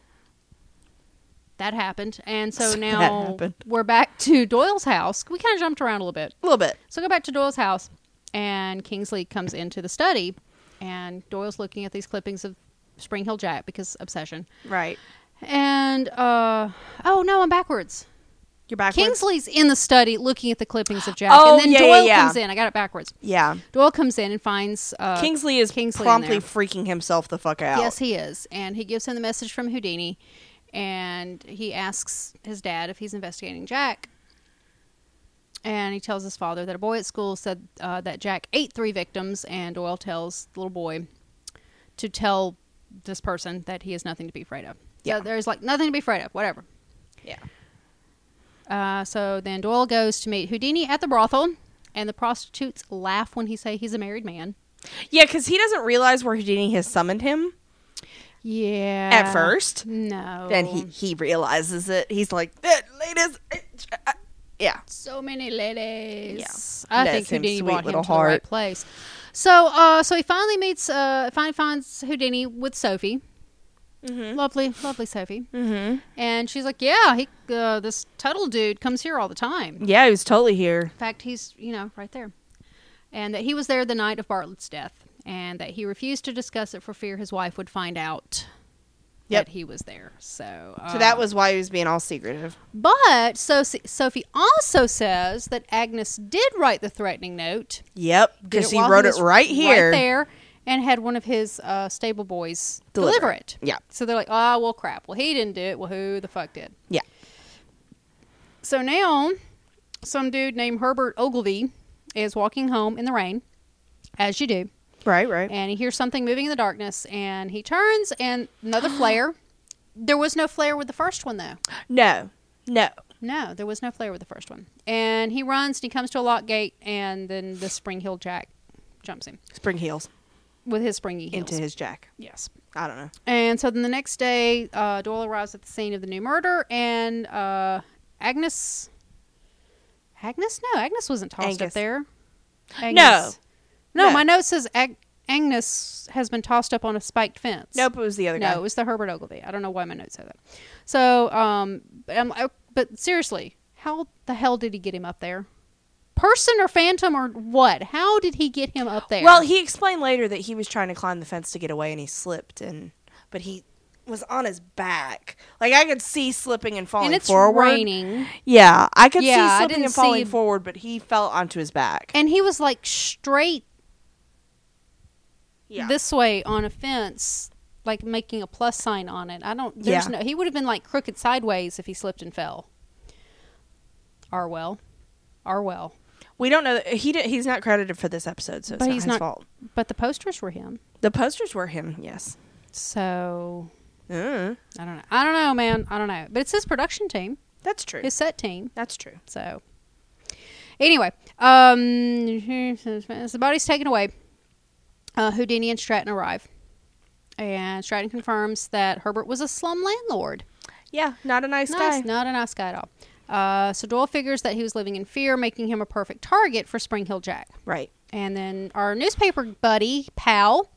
that happened. And so
So <laughs> that
now
happened.
we're back to Doyle's house. We kind of jumped around a little bit.
A little bit.
So go back to Doyle's house, and Kingsley comes into the study, and Doyle's looking at these clippings of Spring Hill Jack because obsession.
Right.
And uh, oh no, I'm backwards.
You're back.
Kingsley's in the study looking at the clippings of Jack,
Oh,
and then
yeah, yeah,
Doyle
yeah.
comes in. I got it backwards.
Yeah.
Doyle comes in and finds uh,
Kingsley is
Kingsley in
promptly
there.
freaking himself the fuck out.
Yes, he is, and he gives him the message from Houdini, and he asks his dad if he's investigating Jack. And he tells his father that a boy at school said uh, that Jack ate three victims, and Doyle tells the little boy to tell this person that he has nothing to be afraid of. Yeah,
Yeah.
there's like nothing to be afraid of. Whatever.
Yeah.
Uh, so then Doyle goes to meet Houdini at the brothel, and the prostitutes laugh when he say he's a married man.
Yeah, because he doesn't realize where Houdini has summoned him
Yeah.
at first.
No.
Then he, he realizes it. He's like, that latest. Uh, Yeah.
so many ladies.
Yeah.
I
Bless
think
him,
Houdini
sweet
brought him
little
to the right
heart.
place. So, uh, so he finally meets, uh, finally finds Houdini with Sophie. Lovely, lovely Sophie.
Mm-hmm.
And she's like, "Yeah, he, uh, this Tuttle dude comes here all the time. In
Yeah, he was totally here.
fact, he's you know right there." And that he was there the night of Bartlett's death, and that he refused to discuss it for fear his wife would find out
Yep.
that he was there. So,
So that
uh,
was why he was being all secretive.
But so Sophie also says that Agnes did write the threatening note.
Yep,
did
because he
while
wrote it
was
right here.
there, and had one of his uh, stable boys deliver,
Deliver
it.
Yeah.
So they're like, oh, well, crap. Well, he didn't do it. Well, who the fuck did?
Yeah.
So now, some dude named Herbert Ogilvy is walking home in the rain, as you do,
Right, right.
and he hears something moving in the darkness, and he turns, and
<gasps>
another flare. There was no flare with the first one though.
no, no.
No, there was no flare with the first one. And he runs and he comes to a lock gate, and then the Spring Hill Jack jumps him
Spring heels
with his springy heels.
into his jack.
yes.
I don't know.
And so then the next day, uh, Doyle arrives at the scene of the new murder, and uh, Agnes. Agnes? No, Agnes wasn't tossed up
Angus.
there. No,
No.
my note says Ag- Agnes has been tossed up on a spiked fence.
Nope, it was the other
No,
guy.
it was the Herbert Ogilvy. I don't know why my notes say that. So, um, but, I'm, I, but seriously, how the hell did he get him up there? Person or phantom or what? How did he get him up there?
Well, he explained later that he was trying to climb the fence to get away and he slipped and but he was on his back. Like I could see slipping and falling
and it's
forward.
raining,
Yeah, I could
Yeah, I
see slipping
didn't
and falling
see-
forward, but he fell onto his back.
and he was like straight
yeah.
this way on a fence, like making a plus sign on it. I don't. There's
Yeah.
no. He would have been like crooked sideways if he slipped and fell. Arwell, Arwell.
we don't know he did, he's not credited for this episode, so it's
But
not
he's
his
not-
fault.
But the posters were him.
The posters were him, yes.
So
Mm,
I don't know. I don't know, man. I don't know. But it's his production team,
that's true.
his set team.
that's true.
So anyway, um, <laughs> as the body's taken away, uh, Houdini and Stratton arrive, and Stratton confirms that Herbert was a slum landlord.
Yeah, not a nice, guy.
Nice, not a nice guy at all. Uh, so Doyle figures that he was living in fear, making him a perfect target for Spring Hill Jack.
Right.
And then our newspaper buddy, pal,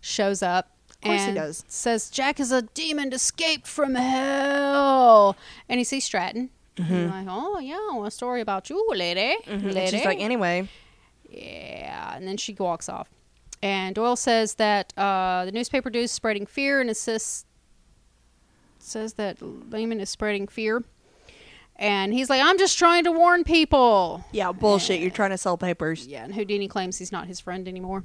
shows up.
course he
and
does.
Says Jack is a demon escaped from hell. And he sees Stratton. And like, oh, yeah, a story about you, lady.
Mhm.
lady.
Mm-hmm. She's like, anyway,
yeah. And then she walks off. And Doyle says that uh, the newspaper dude is spreading fear and insists, says that Lehman is spreading fear. And he's like, I'm just trying to warn people.
Yeah, bullshit. You're trying to sell papers.
Yeah, and Houdini claims he's not his friend anymore.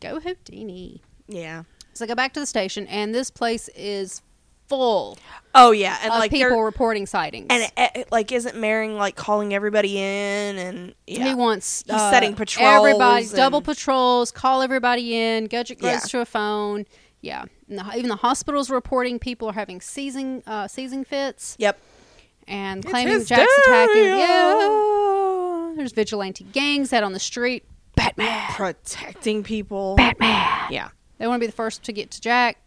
Go Houdini.
Yeah.
So I go back to the station, and this place is full
Oh yeah, and
of
like they're-
people reporting sightings.
and it, it, like isn't Maring like calling everybody in and yeah.
He wants uh,
He's setting
Everybody
patrols
double
and-
patrols, call everybody in, gadget goes
Yeah.
to a phone. Yeah, and the, even the hospitals are reporting people are having seizing uh, seizing fits
Yep.
and claiming Jack's attacking. Yeah, there's vigilante gangs out on the street. Batman,
Protecting people.
Batman.
Yeah.
They want to be the first to get to Jack.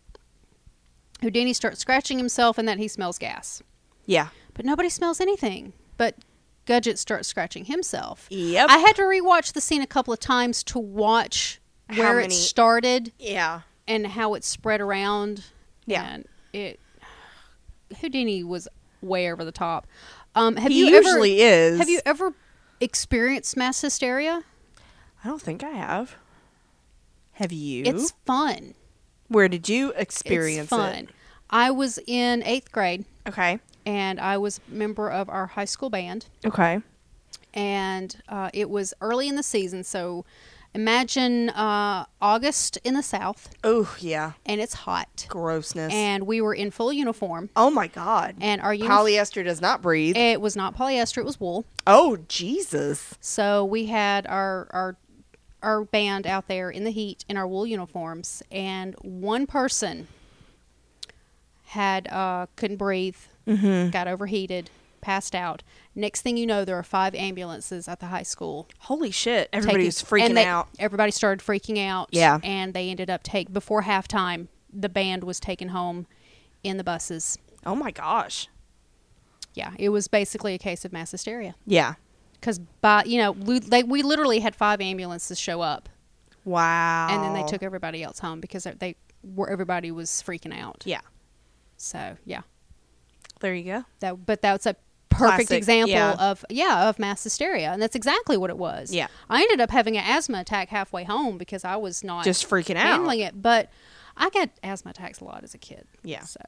Houdini starts scratching himself, and that he smells gas,
Yeah.
but nobody smells anything. But Gudget starts scratching himself.
Yep.
I had to rewatch the scene a couple of times to watch
How
where it
many-
started
yeah.
and how it spread around.
Yeah.
And it Houdini was way over the top. Um, have
He
you ever-
usually is.
Have you ever experienced mass hysteria?
I don't think I have. Have you?
It's fun.
Where did you experience
it's fun.
it?
I was in eighth grade
Okay.
and I was a member of our high school band.
Okay.
and uh, it was early in the season. So imagine uh, August in the South,
Oh yeah.
and it's hot,
Grossness.
and we were in full uniform,
oh my god.
and our uniform.
Polyester does not breathe.
it was not polyester; it was wool.
oh Jesus.
So we had our our our band out there in the heat in our wool uniforms, and one person had uh, couldn't breathe,
Mm-hmm.
got overheated, passed out. Next thing you know, there are five ambulances at the high school
Holy shit. Everybody
taking-
was freaking
and they-
out.
Everybody started freaking out.
Yeah.
and they ended up take before halftime. The band was taken home in the buses.
Oh my gosh.
Yeah, it was basically a case of mass hysteria
Yeah.
because by you know we, they, we literally had five ambulances show up,
Wow.
and then they took everybody else home because they- they were everybody was freaking out.
Yeah.
So yeah,
There you go.
that but that's a perfect
Classic,
example
yeah.
of yeah of mass hysteria, and that's exactly what it was.
Yeah.
I ended up having an asthma attack halfway home because I was not
Just freaking out.
handling it. But I got asthma attacks a lot as a kid.
Yeah.
So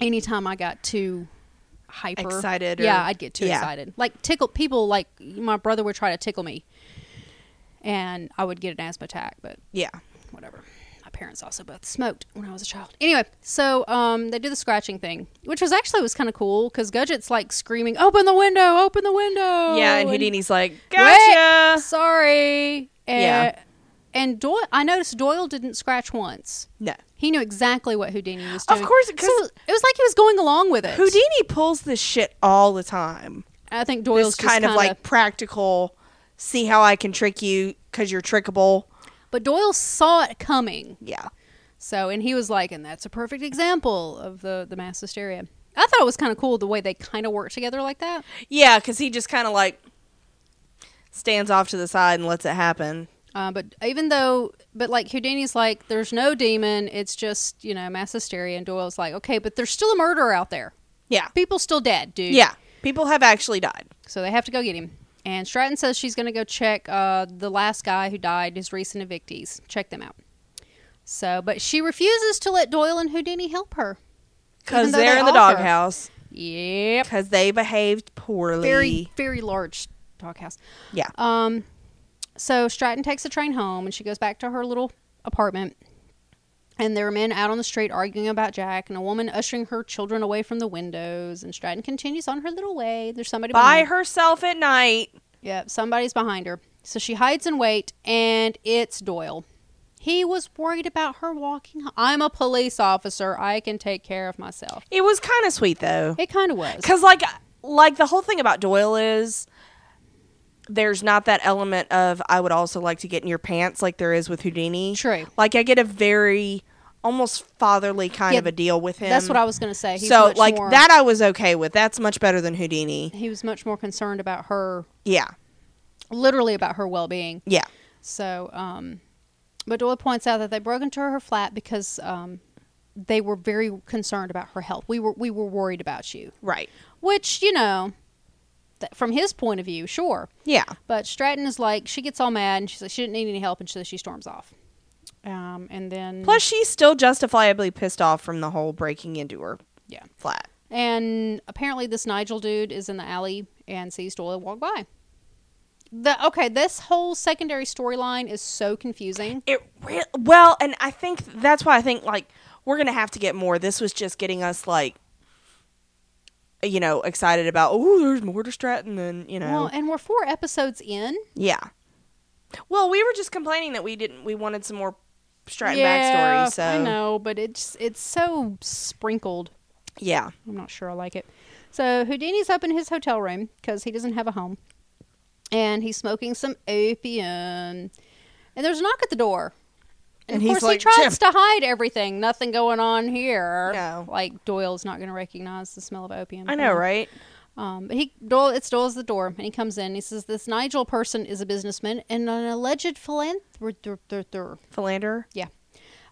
anytime I got too hyper
Excited or-
yeah, I'd get too
yeah.
excited. Like tickle people. Like my brother would try to tickle me, and I would get an asthma attack. But
Yeah.
whatever. My parents also both smoked when I was a child. Anyway, so um, they do the scratching thing, which was actually was kind of cool because Gudget's like screaming, "Open the window! Open the window!"
Yeah, and Houdini's like,
Wait,
gotcha.
sorry. And,
Yeah.
And Doyle, I noticed Doyle didn't scratch once.
No.
He knew exactly what Houdini was
Of
doing.
course,
So
'cause-
it was like he was going along with it.
Houdini pulls this shit all the time.
I think
This
Doyle's just
kind of
kinda-
like practical, see how I can trick you because you're trickable.
but Doyle saw it coming.
Yeah.
So, and he was like, and that's a perfect example of the the mass hysteria. I thought it was kind of cool the way they kind of work together like that.
Yeah, because he just kind of like stands off to the side and lets it happen.
Uh, but even though, but like Houdini's like, there's no demon. It's just you know mass hysteria. And Doyle's like, okay, but there's still a murderer out there.
Yeah.
People still dead, dude.
Yeah. People have actually died.
So they have to go get him. And Stratton says she's going to go check uh, the last guy who died, his recent evictees. Check them out. So, but she refuses to let Doyle and Houdini help her.
Because
Even though
they're
they
in the
offer.
doghouse.
Yep.
Because they behaved poorly.
Very, very large doghouse.
Yeah.
Um, so Stratton takes the train home and she goes back to her little apartment. And there are men out on the street arguing about Jack and a woman ushering her children away from the windows. And Stratton continues on her little way. There's somebody
By
behind
herself at night.
Yep, somebody's behind her. So she hides and wait, and it's Doyle. He was worried about her walking. I'm a police officer. I can take care of myself.
It was kind of sweet though.
It kind of was.
because like like the whole thing about Doyle is there's not that element of I would also like to get in your pants like there is with Houdini.
True.
Like I get a very almost fatherly kind
Yeah,
of a deal with him.
That's what I was going to say. He's
so
much
like
more-
that I was okay with. That's much better than Houdini.
He was much more concerned about her,
Yeah.
literally about her well being.
Yeah.
So, um, but Doyle points out that they broke into her flat because um, they were very concerned about her health. We were we were worried about you,
Right.
which you know, th- from his point of view, sure.
Yeah.
But Stratton is like, she gets all mad and she's like, she didn't need any help, and so she storms off. Um, and then
Plus she's still justifiably pissed off from the whole breaking into her
yeah,
flat.
And apparently, this Nigel dude is in the alley and sees Doyle walk by. The okay, this whole secondary storyline is so confusing.
It re- well, and I think that's why I think like we're gonna have to get more. This was just getting us like, you know, excited about oh, there's more to Stratton, and you know,
Well, and we're four episodes in.
yeah. Well, we were just complaining that we didn't. We wanted some more Stratton
yeah,
backstory. So
I know, but it's it's so sprinkled.
yeah,
I'm not sure I like it. So Houdini's up in his hotel room because he doesn't have a home, and he's smoking some opium. And there's a knock at the door, and,
And
of
he's
course
like,
he tries
"Jim."
to hide everything. Nothing going on here.
No.
like Doyle's not going to recognize the smell of opium.
I know, right?
Um, but he Doyle it's Doyle's the door, and he comes in. And he says, "This Nigel person is a businessman and an alleged philanthropist."
Philander.
Yeah.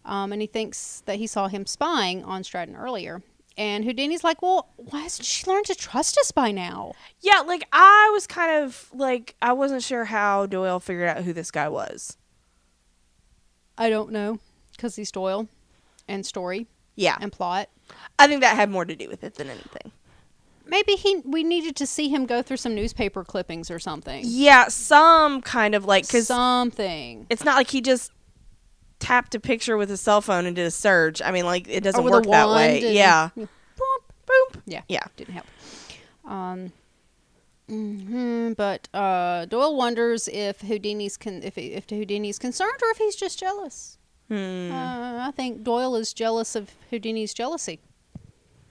Um, and he thinks that he saw him spying on Stratton earlier. And Houdini's like, well, why hasn't she learned to trust us by now?
Yeah, like I was kind of like I wasn't sure how Doyle figured out who this guy was.
I don't know. Because he's Doyle and story
Yeah,
and plot.
I think that had more to do with it than anything.
Maybe he we needed to see him go through some newspaper clippings or something.
Yeah, some kind of like because
Something.
it's not like he just tapped a picture with his cell phone and did a search. I mean, like it doesn't
Or with a
work that way.
wand and-
yeah.
yeah.
Boop, boop.
Yeah.
Yeah.
Didn't help. Um, mhm, but uh, Doyle wonders if Houdini's con- if, if Houdini's concerned or if he's just jealous.
Hmm.
Uh, I think Doyle is jealous of Houdini's jealousy.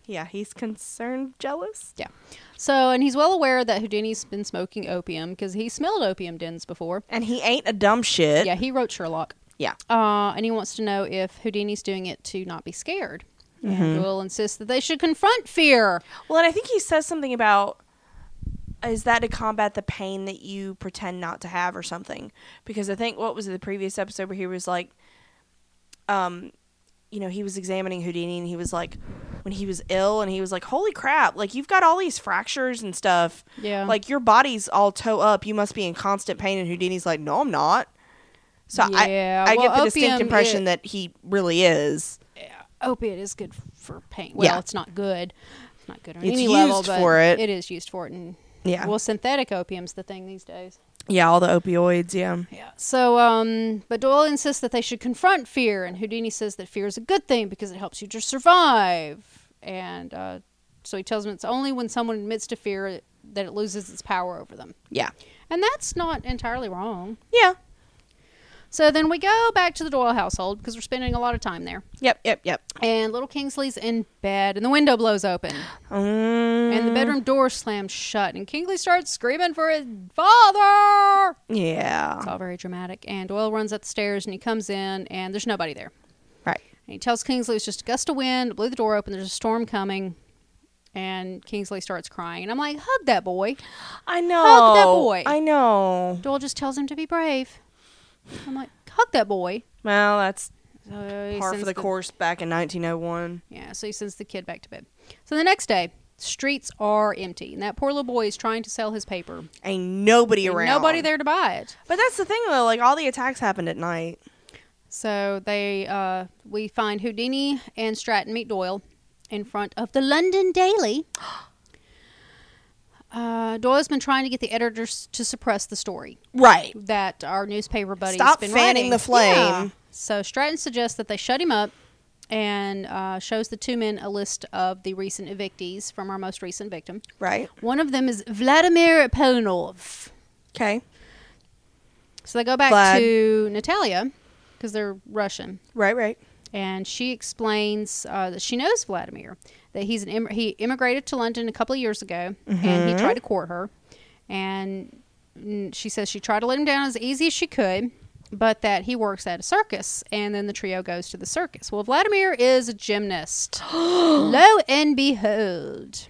Yeah, he's concerned, jealous.
Yeah. So, and he's well aware that Houdini's been smoking opium because he smelled opium dens before.
And he ain't a dumb shit.
Yeah, he wrote Sherlock.
Yeah.
Uh, and he wants to know if Houdini's doing it to not be scared. And
Mm-hmm.
Doyle insists that they should confront fear.
Well, and I think he says something about is that to combat the pain that you pretend not to have or something? Because I think what was it, the previous episode where he was like, um, you know, he was examining Houdini and he was like, when he was ill and he was like, holy crap, like you've got all these fractures and stuff.
Yeah.
Like your body's all toe up. You must be in constant pain. And Houdini's like, no, I'm not. So
Yeah,
I, I
well,
get the distinct
opium,
impression
it-
that he really is.
Opiate is good for pain. Well,
Yeah.
it's not good. It's not good on
It's
any level,
used
but
for it.
it is used for it. And
Yeah.
well, synthetic opium's the thing these days.
yeah, all the opioids. Yeah.
Yeah. So, um, but Doyle insists that they should confront fear, and Houdini says that fear is a good thing because it helps you to survive. And uh, so he tells him it's only when someone admits to fear that it loses its power over them.
Yeah.
And that's not entirely wrong.
Yeah.
So then we go back to the Doyle household because we're spending a lot of time there.
Yep. Yep. Yep.
And little Kingsley's in bed, and the window blows open,
Mm,
and the bedroom door slams shut, and Kingsley starts screaming for his father.
yeah.
It's all very dramatic. And Doyle runs up the stairs and he comes in, and there's nobody there.
Right.
And he tells Kingsley it's just a gust of wind, it blew the door open, there's a storm coming. And Kingsley starts crying. And I'm like, hug that boy.
I know.
that boy.
I know.
Doyle just tells him to be brave. I'm like, hug that boy.
Well, that's
So he
par
sends
for the course back in 1901.
Yeah, so he sends the kid back to bed. So the next day, streets are empty, and that poor little boy is trying to sell his paper.
Ain't nobody
Ain't
around.
Nobody there to buy it.
But that's the thing, though. Like all the attacks happened at night.
So they uh, we find Houdini and Stratton meet Doyle in front of the London Daily. <gasps> Uh, Doyle's been trying to get the editors to suppress the story
Right.
that our newspaper buddy
Stop
been
fanning
writing.
the flame.
So Stratton suggests that they shut him up and uh, shows the two men a list of the recent evictees from our most recent victim.
Right.
One of them is Vladimir Polnov.
Okay.
So they go back
Vlad.
to Natalia because they're Russian.
Right. Right.
and she explains uh, that she knows Vladimir, that he's an Im- he immigrated to London a couple of years ago,
Mm-hmm.
and he tried to court her, and mm, she says she tried to let him down as easy as she could, but that he works at a circus, and then the trio goes to the circus. Well, Vladimir is
<gasps>
a gymnast. Lo and behold.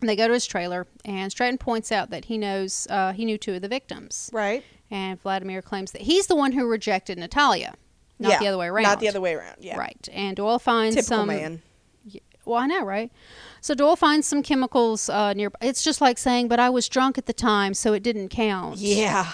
And they go to his trailer, and Stratton points out that he knows uh, he knew two of the victims,
Right.
and Vladimir claims that he's the one who rejected Natalia, not
Yeah.
the other way around.
Not the other way around. Yeah.
Right. And Doyle finds
Typical
some.
man.
Y- Well, I know, right? So Doyle finds some chemicals uh, nearby. It's just like saying, but I was drunk at the time, so it didn't count.
Yeah.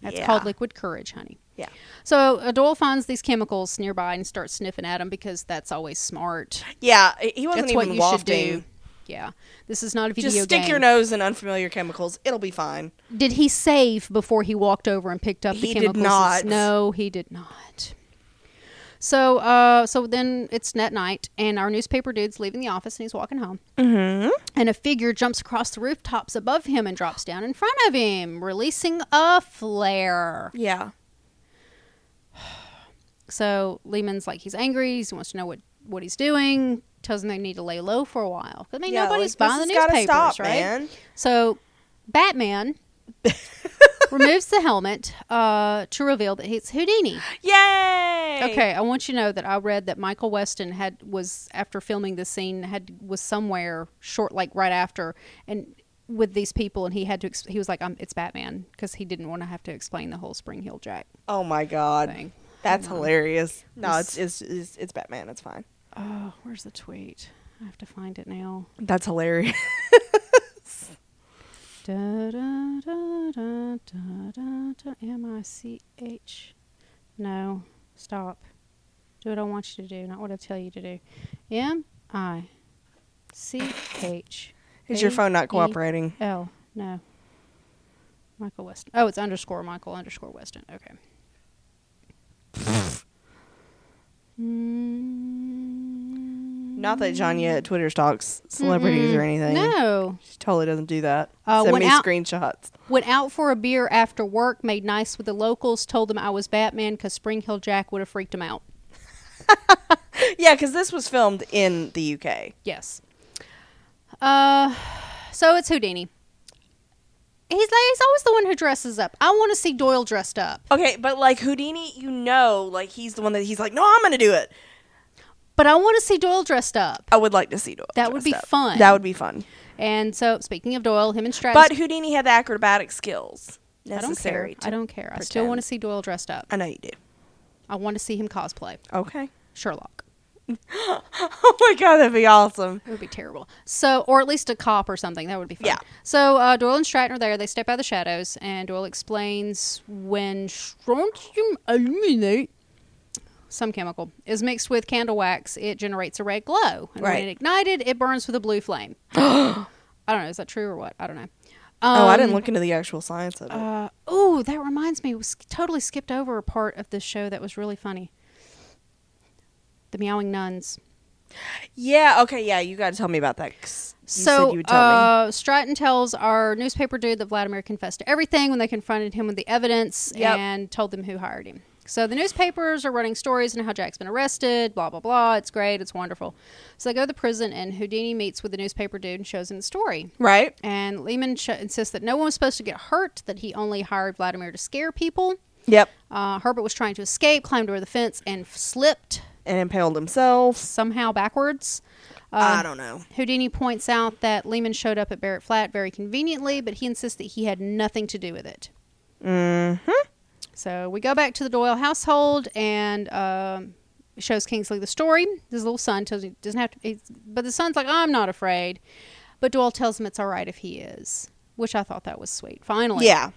That's
Yeah.
called liquid courage, honey.
Yeah.
So uh, Doyle finds these chemicals nearby and starts sniffing at them because that's always smart.
Yeah, he wasn't
That's
even
what you
wafting.
should do. Yeah, this is not a video
Just stick
game.
your nose in unfamiliar chemicals. It'll be fine.
Did he save before he walked over and picked up the
He did
chemicals? and
not.
s- No, he did not. So, uh, so then it's net night, and our newspaper dude's leaving the office, and he's walking home. Mm-hmm. And a figure jumps across the rooftops above him and drops down in front of him, releasing a flare.
Yeah.
So Lehman's like he's angry. He wants to know what what he's doing. Tells him they need to lay low for a while. 'Cause, I mean,
Yeah,
nobody's
like,
buying the
this has gotta
newspapers,
stop,
right?
man.
So
<laughs>
Batman removes the helmet uh, to reveal that he's Houdini.
Yay!
Okay, I want you to know that I read that Michael Weston had was after filming this scene had was somewhere short, like right after, and with these people, and he had to ex- he was like, um, "It's Batman," because he didn't want to have to explain the whole Spring Hill Jack
Oh my god.
thing. Mm-hmm.
That's hilarious. No,
This-
it's, it's it's it's Batman. It's fine.
Oh, where's the tweet? I have to find it now.
That's hilarious.
Da, da, da, da, da, da, da, M I C H. No, stop. Do what I want you to do, not what I tell you to do. M I C H
<laughs> Is your
A
phone
E
not cooperating?
L. No. Michael Weston. Oh, it's underscore Michael underscore Weston.
<laughs>
Okay. Mm,
Not that Janya at Twitter stalks celebrities or anything.
No.
She totally doesn't do that.
Uh,
Send
when
me
out-
screenshots. <laughs>
Went out for a beer after work, made nice with the locals, told them I was Batman because Spring Hill Jack would have freaked him out.
Yeah, because this was filmed in the UK.
Yes. Uh, so it's Houdini. He's like, he's always the one who dresses up. I want to see Doyle dressed up,
Okay, but like Houdini, you know, like he's the one that he's like, no, I'm gonna do it.
but I want to see Doyle dressed up.
I would like to see Doyle.
That would
dressed
be
up.
fun.
That would be fun.
And so, speaking of Doyle, him and Stratus.
But Houdini had the acrobatic skills
I don't care.
necessary. to-
I don't care. I still want
pretend.
to see Doyle dressed up.
I know you do.
I want to see him cosplay
Okay.
Sherlock.
<laughs> Oh my god, that'd be awesome.
It would be terrible. So, or at least a cop or something. That would be fun.
Yeah.
So uh, Doyle and Stratton are there. They step out of the shadows, and Doyle explains when strontium aluminate, some chemical, is mixed with candle wax, it generates a red glow. And
Right.
when it ignited, it burns with a blue
<gasps>
flame. I don't know. Is that true or what? I don't know.
oh, I
Um,
didn't look into the actual science of it.
uh, oh, that reminds me. We sk- totally skipped over a part of this show that was really funny. The meowing nuns.
yeah. Okay. Yeah, you got to tell me about that. 'cause you
so
said you would tell me.
uh, Stratton tells our newspaper dude that Vladimir confessed to everything when they confronted him with the evidence
Yep.
and told them who hired him. So the newspapers are running stories on how Jack's been arrested, blah blah blah. It's great, it's wonderful. So they go to the prison, and Houdini meets with the newspaper dude and shows him the story.
Right.
And Lehman sh- insists that no one was supposed to get hurt; that he only hired Vladimir to scare people.
Yep.
Uh, Herbert was trying to escape, climbed over the fence, and slipped
And impaled himself.
somehow backwards. Uh, Um,
I don't know.
Houdini points out that Lehman showed up at Barrett Flat very conveniently, but he insists that he had nothing to do with it. Mm-hmm. So we go back to the Doyle household and um, shows Kingsley the story. His little son tells he doesn't have to, he's, but the son's like, "I'm not afraid," but Doyle tells him it's all right if he is, which I thought that was sweet. Finally,
Yeah.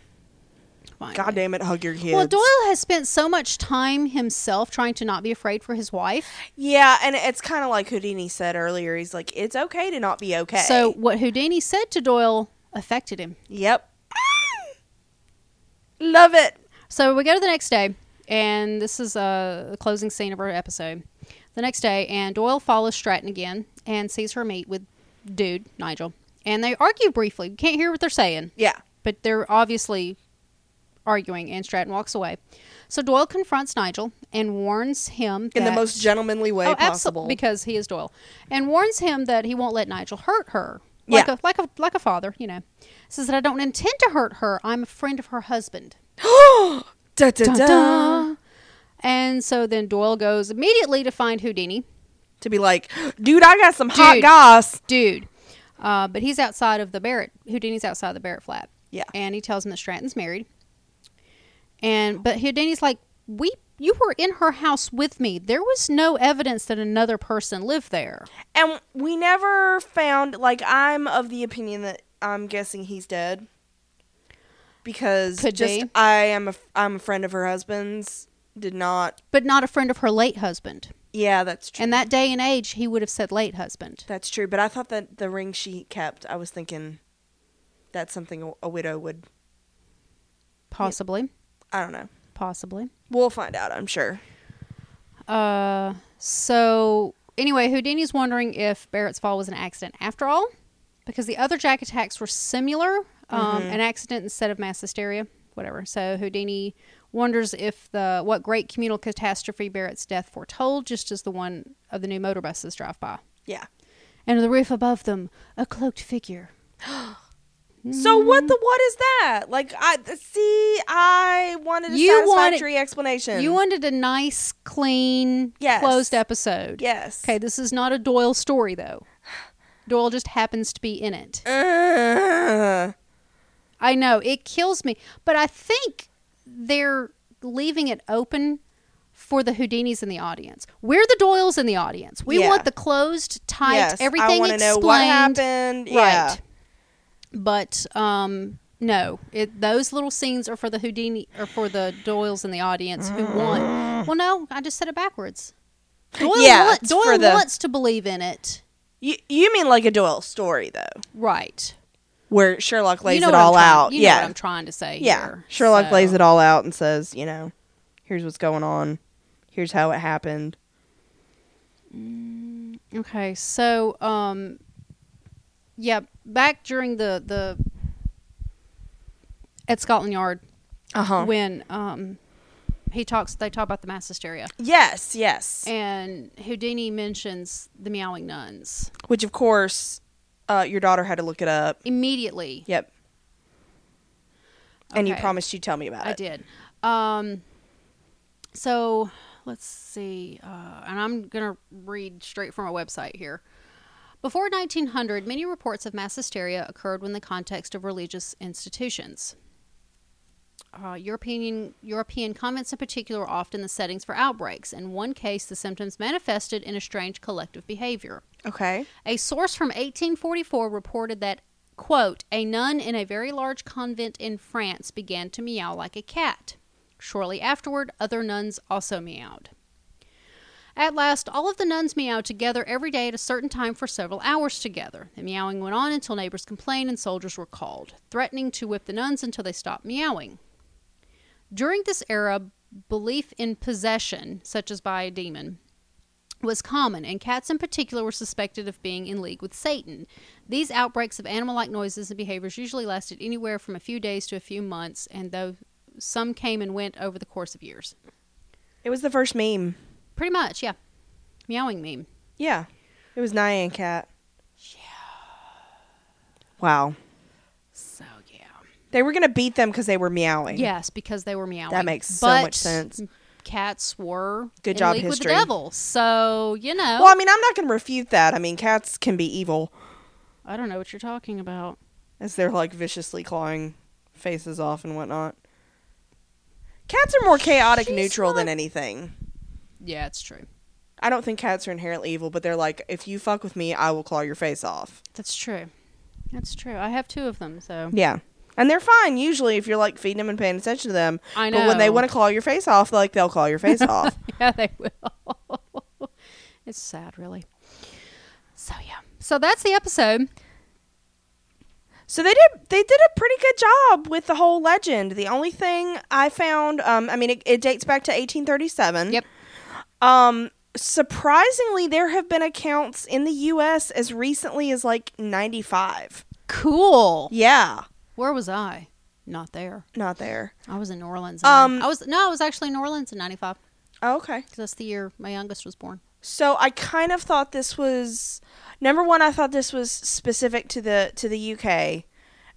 Finally.
God damn it, hug your kids.
Well, Doyle has spent so much time himself trying to not be afraid for his wife.
Yeah, and it's kind of like Houdini said earlier. He's like, it's okay to not be okay.
So what Houdini said to Doyle affected him.
yep. Love it.
So we go to the next day, and this is uh, the closing scene of our episode. The next day, and Doyle follows Stratton again and sees her meet with dude Nigel, and they argue briefly. You can't hear what they're saying,
Yeah.
but they're obviously arguing. And Stratton walks away. So Doyle confronts Nigel and warns him
In the
that-
most gentlemanly way
oh, abso-
possible.
because he is Doyle, and warns him that he won't let Nigel hurt her. Like
Yeah.
a like a like a father, you know. Says that I don't intend to hurt her. I'm a friend of her husband.
<gasps> Da, da,
Dun,
da.
dun. And so then Doyle goes immediately to find Houdini,
To be like, dude, I got some hot
Dude.
goss.
dude. Uh, but he's outside of the Barrett. Houdini's outside the Barrett flat.
Yeah.
And he tells him that Stratton's married. And but Houdini's like, we you were in her house with me. There was no evidence that another person lived there.
And we never found, like, I'm of the opinion that I'm guessing he's dead. because
Could
just
be.
I am a I'm a friend of her husband's. Did not.
but not a friend of her late husband.
Yeah, that's true.
In that day and age, he would have said late husband.
that's true. But I thought that the ring she kept. I was thinking that's something a, a widow would.
Possibly.
I don't know.
Possibly.
We'll find out. I'm sure.
Uh, so anyway, Houdini's wondering if Barrett's fall was an accident after all, because the other Jack attacks were similar,
Mm-hmm.
um, an accident instead of mass hysteria, whatever. So Houdini wonders if the what great communal catastrophe Barrett's death foretold, just as the one of the new motor buses drive by,
Yeah.
and on the roof above them, a cloaked figure.
So
Mm-hmm.
what the what is that? Like I see, I wanted a
You wanted-
satisfactory explanation.
You wanted a nice, clean,
Yes.
closed episode.
yes.
Okay, this is not a Doyle story though. Doyle just happens to be in it.
Ugh.
I know it kills me, but I think they're leaving it open for the Houdinis in the audience. We're the Doyles in the audience. We
Yeah.
want the closed, tight,
yes. I
everything
want to
explained.
know what happened. Yeah.
Right. But um, no, it, those little scenes are for the Houdini or for the Doyles in the audience who want. Well, no, I just said it backwards. Doyle,
Yeah,
want-
it's
Doyle
for the-
wants to believe in it.
You you mean like a Doyle story though,
Right.
where Sherlock lays
you know
it
what I'm
all
trying-
out.
You know
yeah.
what I'm trying to say.
yeah.
here.
Sherlock
So-
lays it all out and says, you know, here's what's going on. Here's how it happened.
Okay, so um yeah, back during the the at Scotland Yard
Uh huh.
when um he talks they talk about the mass hysteria
Yes. Yes.
and Houdini mentions the meowing nuns.
Which of course, uh, your daughter had to look it up.
Immediately.
Yep. And you
Okay.
promised you'd tell me about
I
it.
did. Um, so let's see, uh, and I'm gonna read straight from a website here. Before 1900, many reports of mass hysteria occurred in the context of religious institutions. Uh, European European convents, in particular, are often the settings for outbreaks. In one case, the symptoms manifested in a strange collective behavior.
Okay.
A source from 1844 reported that, quote, a nun in a very large convent in France began to meow like a cat. Shortly afterward, other nuns also meowed. At last, all of the nuns meowed together every day at a certain time for several hours together. The meowing went on until neighbors complained and soldiers were called, threatening to whip the nuns until they stopped meowing. During this era, belief in possession, such as by a demon, was common, and cats in particular were suspected of being in league with Satan. These outbreaks of animal like noises and behaviors usually lasted anywhere from a few days to a few months, and though some came and went over the course of years.
It was the first meme.
Pretty much, yeah. Meowing meme.
Yeah. It was Nyan Cat. Yeah. Wow.
So, yeah.
They were going to beat them because they were meowing.
Yes, because they were meowing.
That makes so
But
much sense.
Cats were
Good
in
job,
league with
history.
the devil. So, you know.
Well, I mean, I'm not going to refute that. I mean, cats can be evil
I don't know what you're talking about.
as they're like viciously clawing faces off and whatnot. Cats are more chaotic
She's
neutral than
not-
anything.
Yeah, it's true.
I don't think cats are inherently evil, but they're like, if you fuck with me, I will claw your face off.
That's true. That's true. I have two of them, so.
Yeah. And they're fine usually if you're like feeding them and paying attention to them.
I
But when they
know.
want to claw your face off, like they'll claw your
<laughs>
face off.
yeah, they will. <laughs> it's sad, really. So yeah. So that's the episode.
So they did they did a pretty good job with the whole legend. The only thing I found, um, I mean, it, it dates back to 1837.
Yep.
Um, surprisingly, there have been accounts in the U.S. as recently as like 95.
Cool.
Yeah,
Where was I? Not there.
not there.
I was in New Orleans.
Um,
I was no, I was actually in New Orleans in '95
Oh, okay.
because that's the year my youngest was born.
So I kind of thought this was number one. I thought this was specific to the to the U.K.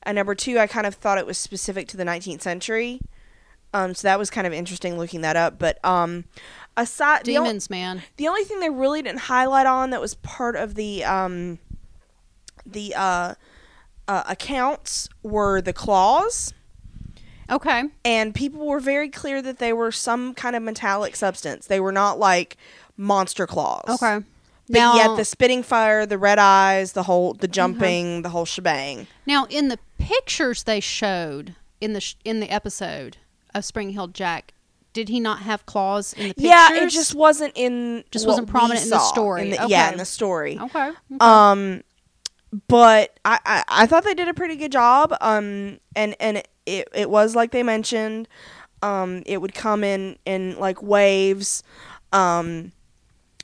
And number two, I kind of thought it was specific to the 19th century. Um, so that was kind of interesting looking that up. But um, aside the only-
Demons, man.
The only thing they really didn't highlight on that was part of the um, the uh, uh, accounts were the claws,
Okay.
and people were very clear that they were some kind of metallic substance. They were not like monster claws.
Okay.
But
now, Mm-hmm.
yet the spitting fire, the red eyes, the whole the jumping, the whole shebang.
now in the pictures they showed, in the sh- in the episode of Spring Hill Jack, did he not have claws in the pictures?
Yeah, it just wasn't in
Just
what
wasn't prominent
we
in the
saw,
story.
in the-
Okay.
Yeah, in the story.
okay.
Um, but I, I I thought they did a pretty good job. Um, and and it it was like they mentioned, um, it would come in in like waves, um,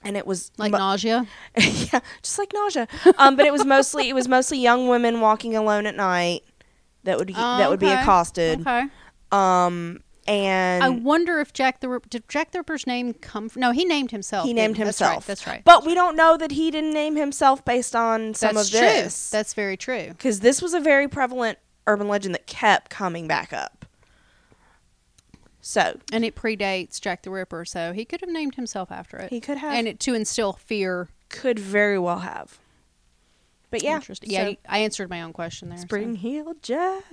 and it was
Like
mo-
nausea.
<laughs> yeah, just like nausea. Um, but it was mostly it was mostly young women walking alone at night that would
Oh,
that would be
okay.
accosted.
Okay.
Um, and
I wonder if Jack the Ripper did Jack the Ripper's name come from No, he named himself.
he
didn't
named
he?
himself.
That's right. That's right.
But we don't know that he didn't name himself based on some
That's
of
true.
this.
That's very true.
because this was a very prevalent urban legend that kept coming back up. So
And it predates Jack the Ripper, so he could have named himself after it.
he could have,
and it to instill fear.
could very well have. But yeah,
Interesting. Yeah,
so,
you- I answered my own question there. so.
Spring Heel Jack.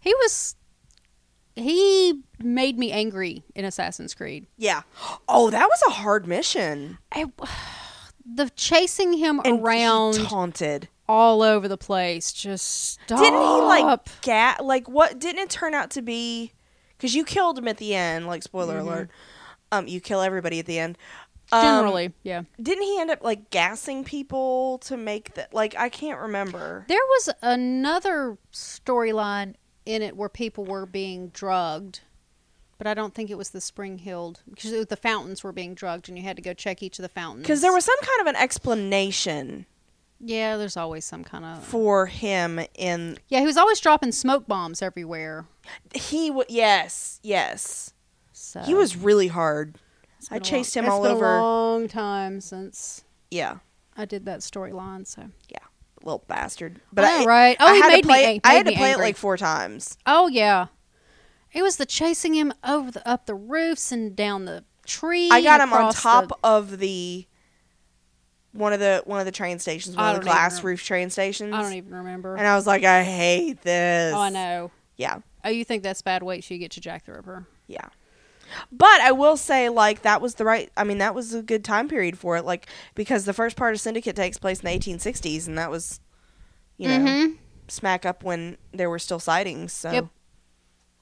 He was he made me angry in Assassin's Creed.
yeah. Oh, that was a hard mission.
I, <sighs> the chasing him
And he
around
taunted.
all over the place. Just stop.
Didn't he like gat like what? Didn't it turn out to be? Because you killed him at the end. Like spoiler alert. Um, you kill everybody at the end. Um,
generally? yeah.
didn't he end up like gassing people to make that? Like I can't remember.
There was another storyline in it where people were being drugged, but I don't think it was the Spring Hill because it was- the fountains were being drugged, and you had to go check each of the fountains.
Because there was some kind of an explanation
yeah, there's always some kind of
for him in
yeah. He was always dropping smoke bombs everywhere.
he. W- yes, yes,
So
he was really hard.
it's
I
been a
chased
long-
him all
it's been
over.
A long time since
Yeah,
I did that storyline. So
little bastard. But I,
All right. Oh,
I
he
had
made
to
me
play.
ang-
I
made
had to
me
play
angry.
it like four times.
oh yeah, it was the chasing him over the up the roofs and down the tree.
I got him on
across the-
top of the one of the one of the train stations, one
I
of the
don't even
glass
remember.
roof train stations.
I don't even remember.
and I was like, I hate this.
Oh, I know.
Yeah.
Oh, you think that's bad weight? So you get to Jack the Ripper.
Yeah. But I will say, like, that was the right, I mean, that was a good time period for it. Like, because the first part of Syndicate takes place in the 1860s, and that was, you know,
Mhm.
smack up when there were still sightings. So,
Yep.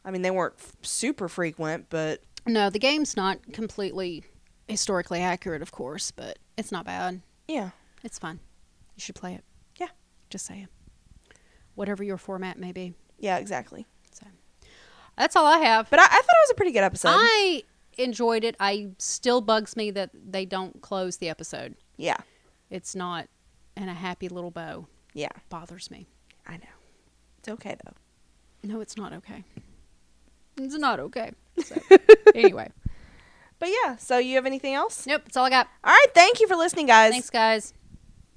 I mean, they weren't f- super frequent, but
No, the game's not completely historically accurate, of course, but it's not bad.
yeah.
It's fun. You should play it.
Yeah.
Just saying. Whatever your format may be.
Yeah, exactly.
That's all I have.
But I, I thought it was a pretty good episode.
I enjoyed it. I still bugs me that they don't close the episode.
yeah.
It's not in a happy little bow.
Yeah.
Bothers me.
I know. It's okay, though.
No, it's not okay. It's not okay. <laughs> So, anyway.
But yeah, so you have anything else?
Nope, that's all I got.
All right. Thank you for listening, guys.
Thanks, guys.